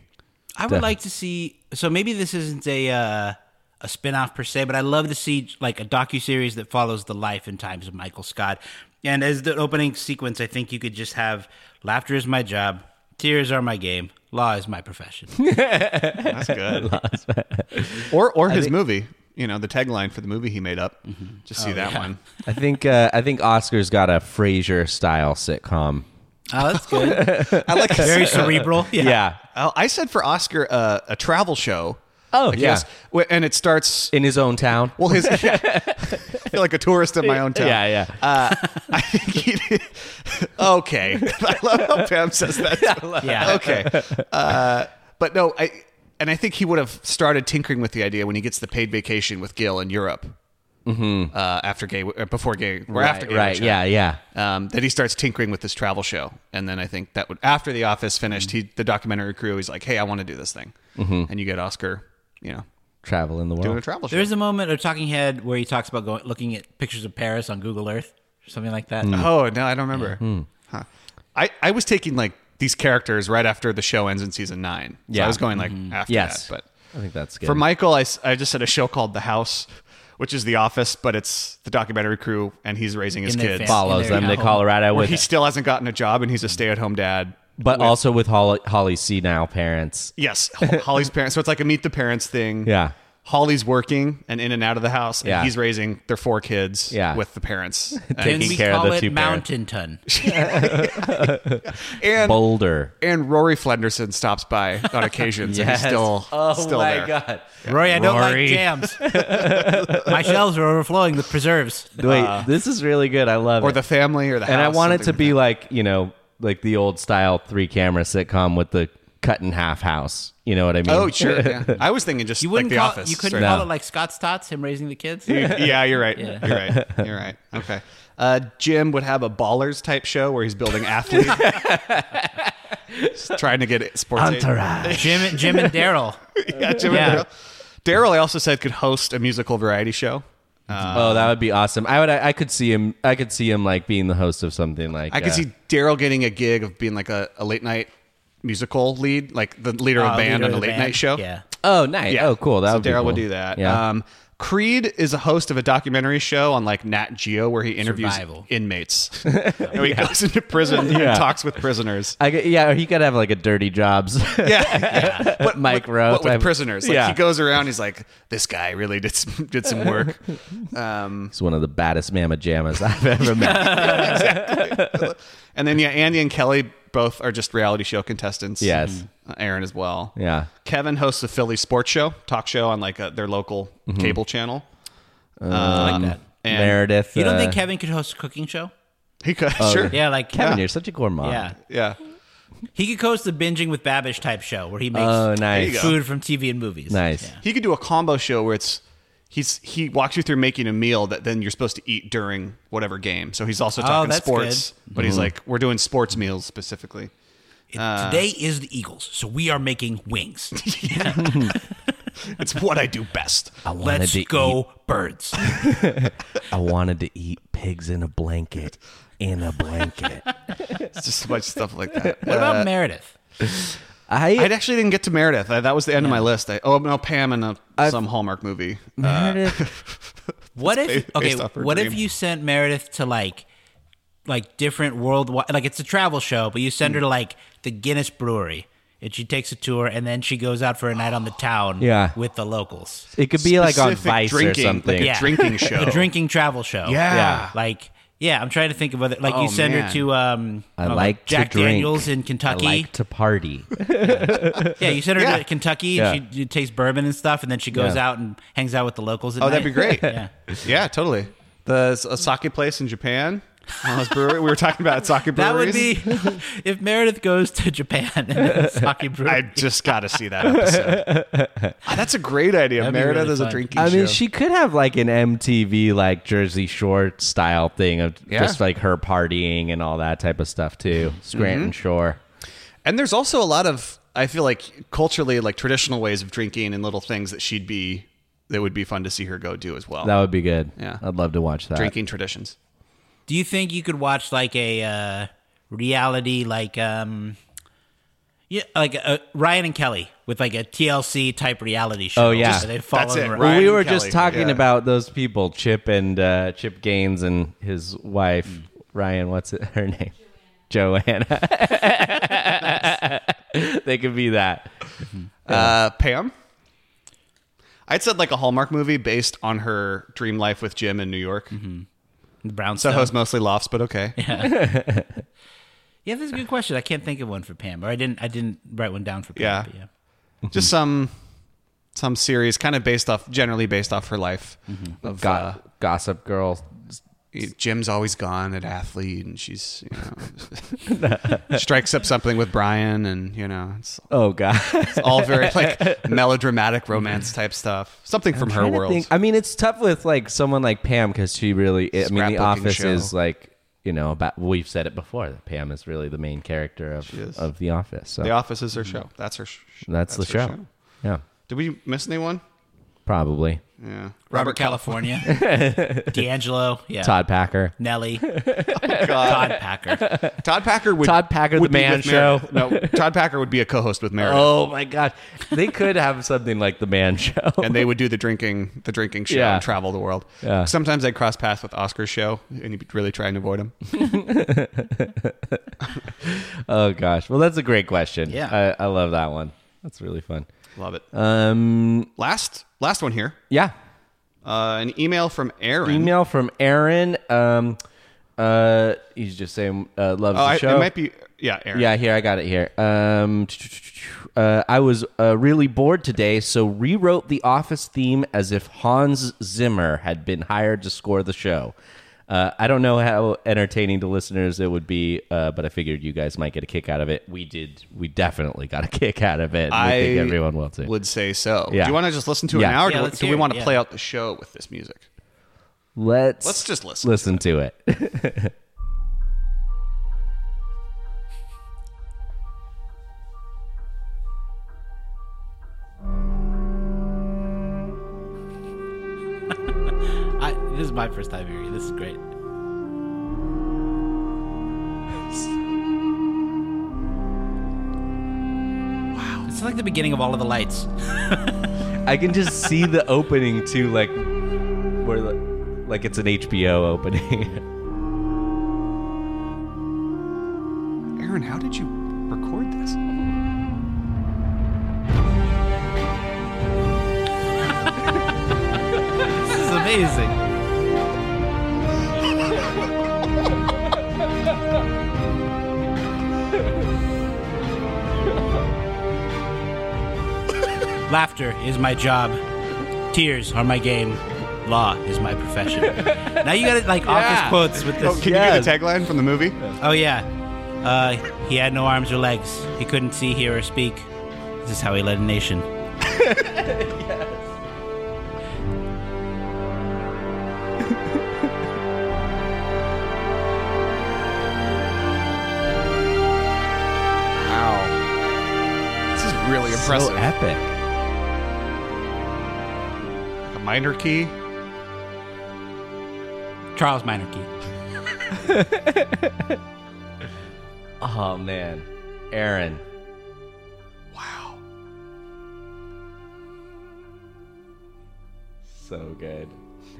Speaker 3: I would like to see. So maybe this isn't a uh, a spinoff per se, but I'd love to see like a docu series that follows the life and times of Michael Scott. And as the opening sequence, I think you could just have laughter is my job, tears are my game, law is my profession.
Speaker 5: That's good. or or his movie. You know, the tagline for the movie he made up.
Speaker 2: Mm-hmm.
Speaker 5: Just
Speaker 2: Oh,
Speaker 5: see that one.
Speaker 2: I think uh, I think Oscar's got a Frasier style sitcom.
Speaker 3: Oh, that's good.
Speaker 5: I like
Speaker 3: Very cerebral. Yeah.
Speaker 5: I Oh, I said for Oscar uh, a travel show.
Speaker 2: Oh
Speaker 5: Like,
Speaker 2: yeah.
Speaker 5: yes. Wh- and it starts.
Speaker 2: In his own town.
Speaker 5: Well, his yeah. I feel like a tourist in my own town.
Speaker 2: Yeah, yeah.
Speaker 5: I think he did. Okay. I love how Pam says that.
Speaker 3: Yeah.
Speaker 5: Okay. Uh, but no, I and I think he would have started tinkering with the idea when he gets the paid vacation with Gil in Europe. Mm-hmm. Uh, after gay, uh, before gay, or after
Speaker 2: right.
Speaker 5: gay,
Speaker 2: Right.
Speaker 5: Show.
Speaker 2: Yeah. Yeah.
Speaker 5: Um, that he starts tinkering with this travel show, and then I think that would after The Office finished, he the documentary crew is like, "Hey, I want to do this thing,"
Speaker 2: Mm-hmm.
Speaker 5: and you get Oscar, you know,
Speaker 2: Travel in the
Speaker 5: doing a
Speaker 2: world.
Speaker 5: travel show.
Speaker 3: There's a moment of Talking Head where he talks about going looking at pictures of Paris on Google Earth or something like that.
Speaker 2: Mm.
Speaker 5: Oh no, I don't remember.
Speaker 2: Hmm.
Speaker 5: Huh. I I was taking like these characters right after the show ends in season nine. So
Speaker 2: Yeah.
Speaker 5: I was going like after
Speaker 2: Yes.
Speaker 5: that.
Speaker 2: I think that's good.
Speaker 5: But for Michael, I, s- I just said a show called The House, which is The Office, but it's the documentary crew, and he's raising his
Speaker 3: In their
Speaker 5: kids.
Speaker 3: fam-
Speaker 2: follows
Speaker 3: in their
Speaker 2: them to
Speaker 3: home.
Speaker 2: Colorado
Speaker 5: Where
Speaker 2: with,
Speaker 5: he still hasn't gotten a job, and he's a stay-at-home dad.
Speaker 2: but also with Holly, Holly C now parents.
Speaker 5: Yes, Ho- Holly's parents. So it's like a meet the parents thing.
Speaker 2: Yeah.
Speaker 5: Holly's working and in and out of the house, and
Speaker 2: Yeah.
Speaker 5: he's raising their four kids
Speaker 2: Yeah.
Speaker 5: with the parents.
Speaker 3: Can
Speaker 5: and,
Speaker 2: Taking
Speaker 3: we
Speaker 2: care of
Speaker 3: call
Speaker 2: the
Speaker 3: it
Speaker 2: two parents.
Speaker 3: Mountain Ton?
Speaker 5: and
Speaker 2: Boulder.
Speaker 5: and Rory Flenderson stops by on occasion, so he's still
Speaker 2: oh
Speaker 5: still
Speaker 2: my
Speaker 5: there.
Speaker 2: god.
Speaker 3: Rory, I don't
Speaker 2: Rory.
Speaker 3: like jams. My shelves are overflowing with preserves.
Speaker 2: Wait, this is really good. I love
Speaker 5: Or
Speaker 2: it.
Speaker 5: the family or the
Speaker 2: and I
Speaker 5: house,
Speaker 2: want it to
Speaker 5: something
Speaker 2: be
Speaker 5: like
Speaker 2: like you know, like the old style three camera sitcom with the cut in half house. You know what I mean?
Speaker 5: that. Oh sure, yeah. I was thinking just
Speaker 3: You
Speaker 5: like
Speaker 3: wouldn't
Speaker 5: the
Speaker 3: call
Speaker 5: office.
Speaker 3: you couldn't
Speaker 5: straight
Speaker 3: call
Speaker 2: No.
Speaker 3: it like Scott's Tots, him raising the kids.
Speaker 5: yeah, you're right. You're right. You're right. Okay. Uh, Jim would have a ballers type show where he's building athletes, Just trying to get sports.
Speaker 2: Entourage.
Speaker 3: Jim, Jim and Daryl.
Speaker 5: Yeah, Jim
Speaker 3: Yeah.
Speaker 5: and Daryl. Daryl, I also said could host a musical variety show.
Speaker 2: oh, that would be awesome. I would. I, I could see him. I could see him like being the host of something like.
Speaker 5: I could
Speaker 2: uh,
Speaker 5: see Daryl getting a gig of being like a, a late night musical lead, like the leader of a
Speaker 3: Uh,
Speaker 5: band
Speaker 3: leader
Speaker 5: on
Speaker 3: of
Speaker 5: a
Speaker 3: the
Speaker 5: late
Speaker 3: band.
Speaker 5: night show.
Speaker 3: Yeah.
Speaker 2: Oh, nice.
Speaker 5: Yeah.
Speaker 2: Oh, cool. That
Speaker 5: so
Speaker 2: would be
Speaker 5: Daryl
Speaker 2: cool.
Speaker 5: would do that.
Speaker 2: Yeah.
Speaker 5: Um, Creed is a host of a documentary show on like Nat Geo where he interviews
Speaker 3: Survival.
Speaker 5: inmates. you know, he goes into prison
Speaker 2: Yeah.
Speaker 5: and talks with prisoners.
Speaker 2: I could, yeah, he could have like a dirty jobs.
Speaker 5: Yeah, yeah. What,
Speaker 2: Mike
Speaker 5: what,
Speaker 2: Rowe
Speaker 5: what with
Speaker 2: type-
Speaker 5: prisoners? Like
Speaker 2: Yeah.
Speaker 5: he goes around. He's like, this guy really did some, did some work. Um,
Speaker 2: He's one of the baddest mama jammas I've ever met.
Speaker 5: and then yeah, Andy and Kelly both are just reality show contestants.
Speaker 2: Yes.
Speaker 5: Uh, Aaron as well.
Speaker 2: Yeah.
Speaker 5: Kevin hosts a Philly sports show, talk show on like uh their local
Speaker 2: Mhm.
Speaker 5: cable channel.
Speaker 2: Uh, I like
Speaker 5: Um,
Speaker 2: that.
Speaker 5: and-
Speaker 2: Meredith.
Speaker 3: You don't
Speaker 2: uh,
Speaker 3: think Kevin could host a cooking show?
Speaker 5: He could,
Speaker 2: Oh,
Speaker 5: sure.
Speaker 3: Yeah, like
Speaker 2: Kevin,
Speaker 3: yeah.
Speaker 2: you're such a gourmand.
Speaker 3: Yeah,
Speaker 5: yeah.
Speaker 3: He could host the binging with Babish type show where he makes
Speaker 2: Oh, nice. There you go.
Speaker 3: food from TV and movies.
Speaker 2: Nice.
Speaker 5: He could do a combo show where it's he's he walks you through making a meal that then you're supposed to eat during whatever game. So he's also
Speaker 3: Oh,
Speaker 5: talking
Speaker 3: that's
Speaker 5: sports,
Speaker 3: good.
Speaker 5: but
Speaker 2: Mm-hmm.
Speaker 5: he's
Speaker 3: Mhm.
Speaker 5: like we're doing sports meals specifically. Uh,
Speaker 3: Today is the Eagles, so we are making wings.
Speaker 5: it's what I do best.
Speaker 2: I wanted E-
Speaker 3: Let's
Speaker 2: to
Speaker 3: go birds.
Speaker 2: eat- I wanted to eat pigs in a blanket. In a blanket.
Speaker 5: It's just so much stuff like that.
Speaker 3: What about
Speaker 5: Uh,
Speaker 3: Meredith?
Speaker 2: I,
Speaker 5: I actually didn't get to Meredith. I, that was the end of my list. I, oh no, Pam in a, some Hallmark movie. Uh,
Speaker 3: What if
Speaker 5: ba-
Speaker 3: okay?
Speaker 5: based off her
Speaker 3: What if
Speaker 5: dream.
Speaker 3: you sent Meredith to like like different worldwide? Like it's a travel show, but you send her to like the Guinness Brewery. And she takes a tour, and then she goes out for a night on the town
Speaker 2: Yeah.
Speaker 3: with the locals.
Speaker 2: it could be like on
Speaker 5: Specific
Speaker 2: Vice
Speaker 5: drinking,
Speaker 2: or
Speaker 5: like
Speaker 2: something.
Speaker 5: a drinking show.
Speaker 3: a drinking travel show.
Speaker 5: Yeah. Yeah.
Speaker 3: like yeah. I'm trying to think of other like
Speaker 5: Oh,
Speaker 3: you send
Speaker 5: man.
Speaker 3: her to um
Speaker 2: I
Speaker 3: don't know,
Speaker 2: like to
Speaker 3: Jack
Speaker 2: drink.
Speaker 3: Daniels in Kentucky.
Speaker 2: I like to party.
Speaker 3: yeah, you send her
Speaker 5: Yeah.
Speaker 3: to Kentucky.
Speaker 2: Yeah.
Speaker 3: She, she takes bourbon and stuff, and then she goes
Speaker 2: Yeah.
Speaker 3: out and hangs out with the locals. At
Speaker 5: Oh, that'd
Speaker 3: night.
Speaker 5: be great.
Speaker 3: yeah.
Speaker 5: yeah, totally. The s- a sake place in Japan. Well, it's brewery. We were talking about sake breweries.
Speaker 3: That would be if Meredith goes to Japan and sake brewery.
Speaker 5: I just got to see that episode. Ah, That's a great idea.
Speaker 3: That'd be
Speaker 5: Meredith
Speaker 3: really
Speaker 5: is a
Speaker 3: fun.
Speaker 5: drinking
Speaker 2: I
Speaker 5: show.
Speaker 2: mean, she could have like an MTV like Jersey Shore style thing of
Speaker 5: Yeah. Mm-hmm.
Speaker 2: just like her partying and all that type of stuff too. Scranton Shore.
Speaker 5: And there's also a lot of I feel like culturally like traditional ways of drinking and little things that she'd be that would be fun to see her go do as well.
Speaker 2: That would be good.
Speaker 5: Yeah.
Speaker 2: I'd love to watch that.
Speaker 5: drinking traditions.
Speaker 3: Do you think you could watch like a uh, reality like um yeah like uh, Ryan and Kelly with like a TLC type reality show?
Speaker 2: Oh, yeah.
Speaker 3: where they follow
Speaker 5: That's it, Ryan
Speaker 3: around.
Speaker 2: well, we
Speaker 5: and
Speaker 2: were
Speaker 5: Kelly,
Speaker 2: just talking
Speaker 5: yeah.
Speaker 2: about those people, Chip and uh, Chip Gaines and his wife
Speaker 5: Mm.
Speaker 2: Ryan. What's it, her name? Joanna. they could be that.
Speaker 5: Uh, Pam. I'd said like a Hallmark movie based on her dream life with Jim in New York.
Speaker 2: Mm-hmm.
Speaker 3: Brownstone.
Speaker 5: Soho's mostly lofts, but okay.
Speaker 3: yeah, this is a good question. I can't think of one for Pam, or I didn't. I didn't write one down for Pam.
Speaker 5: Yeah.
Speaker 3: but yeah.
Speaker 5: Just some some series kind of based off generally based off her life of
Speaker 2: Go-
Speaker 5: uh,
Speaker 2: Gossip Girl.
Speaker 5: Jim's always gone at athlete, and she's you know strikes up something with Brian, and you know it's,
Speaker 2: Oh God.
Speaker 5: it's all very like melodramatic romance type stuff. Something from her
Speaker 2: trying to
Speaker 5: world.
Speaker 2: think- I mean, it's tough with like someone like Pam because she really. I mean, The
Speaker 5: Scrapbooking
Speaker 2: Office
Speaker 5: show.
Speaker 2: is like you know about. We've said it before. That Pam is really the main character of
Speaker 5: is.
Speaker 2: of The Office. So
Speaker 5: the Office is her show. That's her. Sh-
Speaker 2: Mm-hmm. that's, the
Speaker 5: her
Speaker 2: show. Yeah,
Speaker 5: Did we miss anyone?
Speaker 2: probably
Speaker 5: Yeah,
Speaker 3: Robert California, D'Angelo, yeah,
Speaker 2: Todd Packer.
Speaker 3: Nelly, Todd Packer.
Speaker 5: Cal- Todd Packer would
Speaker 2: Todd Packer,
Speaker 5: would
Speaker 2: the
Speaker 5: be
Speaker 2: man
Speaker 5: with
Speaker 2: show.
Speaker 5: Meredith. No, Todd Packer would be a co-host with Meredith,
Speaker 2: Oh my God, they could have something like the Man Show.
Speaker 5: and they would do the drinking the drinking show
Speaker 2: Yeah.
Speaker 5: and travel the world.
Speaker 2: Yeah.
Speaker 5: Sometimes I'd cross paths with Oscar's show, and he'd really try and avoid him.
Speaker 2: oh gosh, well that's a great question.
Speaker 3: Yeah.
Speaker 2: I, I love that one. That's really fun.
Speaker 5: Love it.
Speaker 2: Um,
Speaker 5: last last one here.
Speaker 2: yeah.
Speaker 5: Uh, an email from Aaron.
Speaker 2: Email from Aaron. Um, uh, he's just saying uh, loves
Speaker 5: Oh,
Speaker 2: the
Speaker 5: I,
Speaker 2: show.
Speaker 5: it might be yeah, Aaron.
Speaker 2: Yeah, here I got it here. Um, uh, I was uh, really bored today, so rewrote the Office theme as if Hans Zimmer had been hired to score the show. Uh, I don't know how entertaining to listeners it would be, uh, but I figured you guys might get a kick out of it. We did. We definitely got a kick out of it. and
Speaker 5: I
Speaker 2: we think everyone will too.
Speaker 5: Would say so.
Speaker 2: Yeah.
Speaker 5: Do you want to just listen to it
Speaker 2: Yeah.
Speaker 5: now, or
Speaker 3: Yeah,
Speaker 5: do, we-
Speaker 3: let's
Speaker 5: do we
Speaker 3: hear it,
Speaker 5: want to
Speaker 3: yeah.
Speaker 5: play out the show with this music?
Speaker 2: let's
Speaker 5: Let's just listen
Speaker 2: Listen to it.
Speaker 3: I, this is my first time hearing. it. This is great. Wow, it's like the beginning of all of the lights.
Speaker 2: I can just see the opening too, like where the, like it's an HBO opening.
Speaker 5: Aaron, how did you record this?
Speaker 3: This is amazing. Laughter is my job. Tears are my game. Law is my profession. now you got to like office quotes with this.
Speaker 5: Oh, can you do the tagline from the movie?
Speaker 3: Oh yeah. Uh, he had no arms or legs. He couldn't see, hear, or speak. This is how he led a nation.
Speaker 5: Wow. This is really impressive.
Speaker 2: So epic.
Speaker 5: A minor key.
Speaker 3: Charles Minerkey.
Speaker 2: Oh man, Aaron.
Speaker 5: Wow.
Speaker 2: So good.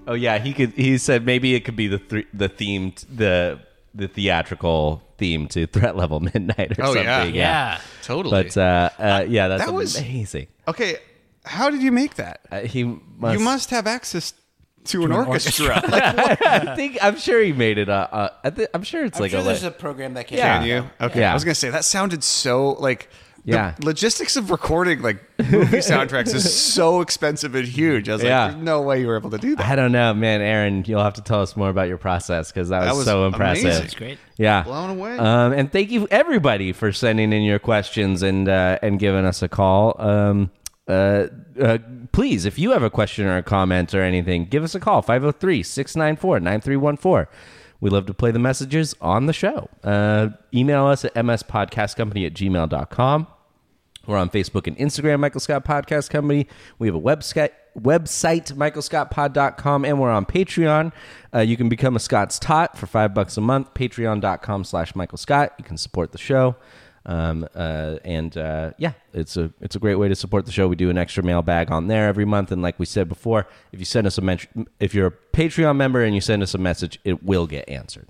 Speaker 2: Oh yeah, he could. He said maybe it could be the th- the themed the the theatrical theme to Threat Level Midnight or
Speaker 5: Oh,
Speaker 2: something.
Speaker 5: yeah.
Speaker 3: Yeah.
Speaker 5: Totally.
Speaker 2: But uh, uh, yeah, that's
Speaker 5: that was-
Speaker 2: amazing.
Speaker 5: okay, how did you make that?
Speaker 2: Uh, he must,
Speaker 5: you must have access to, an, orchestra.
Speaker 2: I think I'm sure he made it. Uh, uh, I thi- I'm sure it's like a. li-
Speaker 3: program that can.
Speaker 2: yeah.
Speaker 5: Can you? Okay.
Speaker 2: Yeah.
Speaker 5: I was gonna say that sounded so like the
Speaker 2: Yeah.
Speaker 5: logistics of recording like movie soundtracks is so expensive and huge. I was
Speaker 2: Yeah.
Speaker 5: like, there's no way you were able to do that.
Speaker 2: I don't know, man, Aaron. You'll have to tell us more about your process because that,
Speaker 5: That
Speaker 2: was
Speaker 5: was
Speaker 2: so impressive.
Speaker 5: amazing. That's
Speaker 3: great.
Speaker 2: Yeah,
Speaker 5: Blown away.
Speaker 2: Um, and thank you everybody for sending in your questions and uh, and giving us a call. Um, uh, uh, please, if you have a question or a comment or anything, give us a call 503 694 9314. We love to play the messages on the show. Uh, email us at mspodcastcompany at gmail.com. We're on Facebook and Instagram, Michael Scott Podcast Company. We have a website, website michaelscottpod.com, and we're on Patreon. Uh, you can become a Scott's Tot for five bucks a month, patreon.com slash Michael Scott. You can support the show. Um, uh, and uh, yeah, it's a it's a great way to support the show. We do an extra mailbag on there every month, and like we said before, if you send us a men- if you're a Patreon member and you send us a message, it will get answered.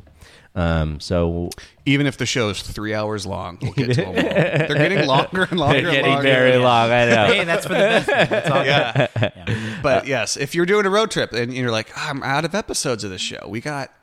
Speaker 2: Um, so
Speaker 5: Even if the show is three hours long, we'll get to them all. They're getting longer and longer.
Speaker 2: they're
Speaker 5: and
Speaker 2: getting
Speaker 5: longer.
Speaker 2: very long. I know.
Speaker 3: Hey, that's for the best. one. That's all
Speaker 5: Yeah.
Speaker 3: good. Yeah.
Speaker 5: But yes, if you're doing a road trip and you're like, I'm out of episodes of this show, we got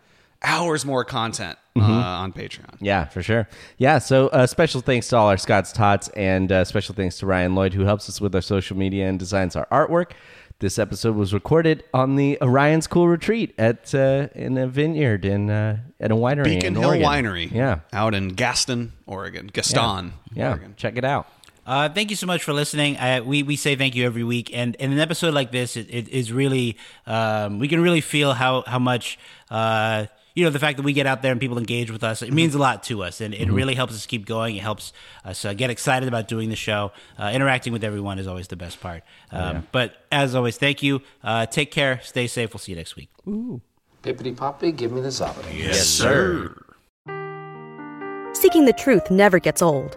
Speaker 5: hours more content
Speaker 2: Mm-hmm.
Speaker 5: uh, on Patreon.
Speaker 2: Yeah, for sure. Yeah, so uh, special thanks to all our Scott's Tots and uh, special thanks to Ryan Lloyd, who helps us with our social media and designs our artwork. This episode was recorded on the Orion's Cool Retreat at uh, in a vineyard in uh, at a winery,
Speaker 5: Beacon
Speaker 2: in
Speaker 5: Hill
Speaker 2: Oregon.
Speaker 5: Winery,
Speaker 2: Yeah,
Speaker 5: out in Gaston, Oregon. Gaston,
Speaker 2: yeah.
Speaker 5: Oregon.
Speaker 2: Check it out.
Speaker 3: Uh, thank you so much for listening. Uh, we we say thank you every week, and in an episode like this, it, it is really um, we can really feel how how much. Uh, you know the fact that we get out there and people engage with us it means a lot to us and it really helps us keep going it helps us uh, get excited about doing the show uh, interacting with everyone is always the best part um, but as always thank you uh, take care stay safe we'll see you next week
Speaker 4: Pippity poppy, give me the zombie.
Speaker 5: Yes, sir.
Speaker 10: Seeking the truth never gets old.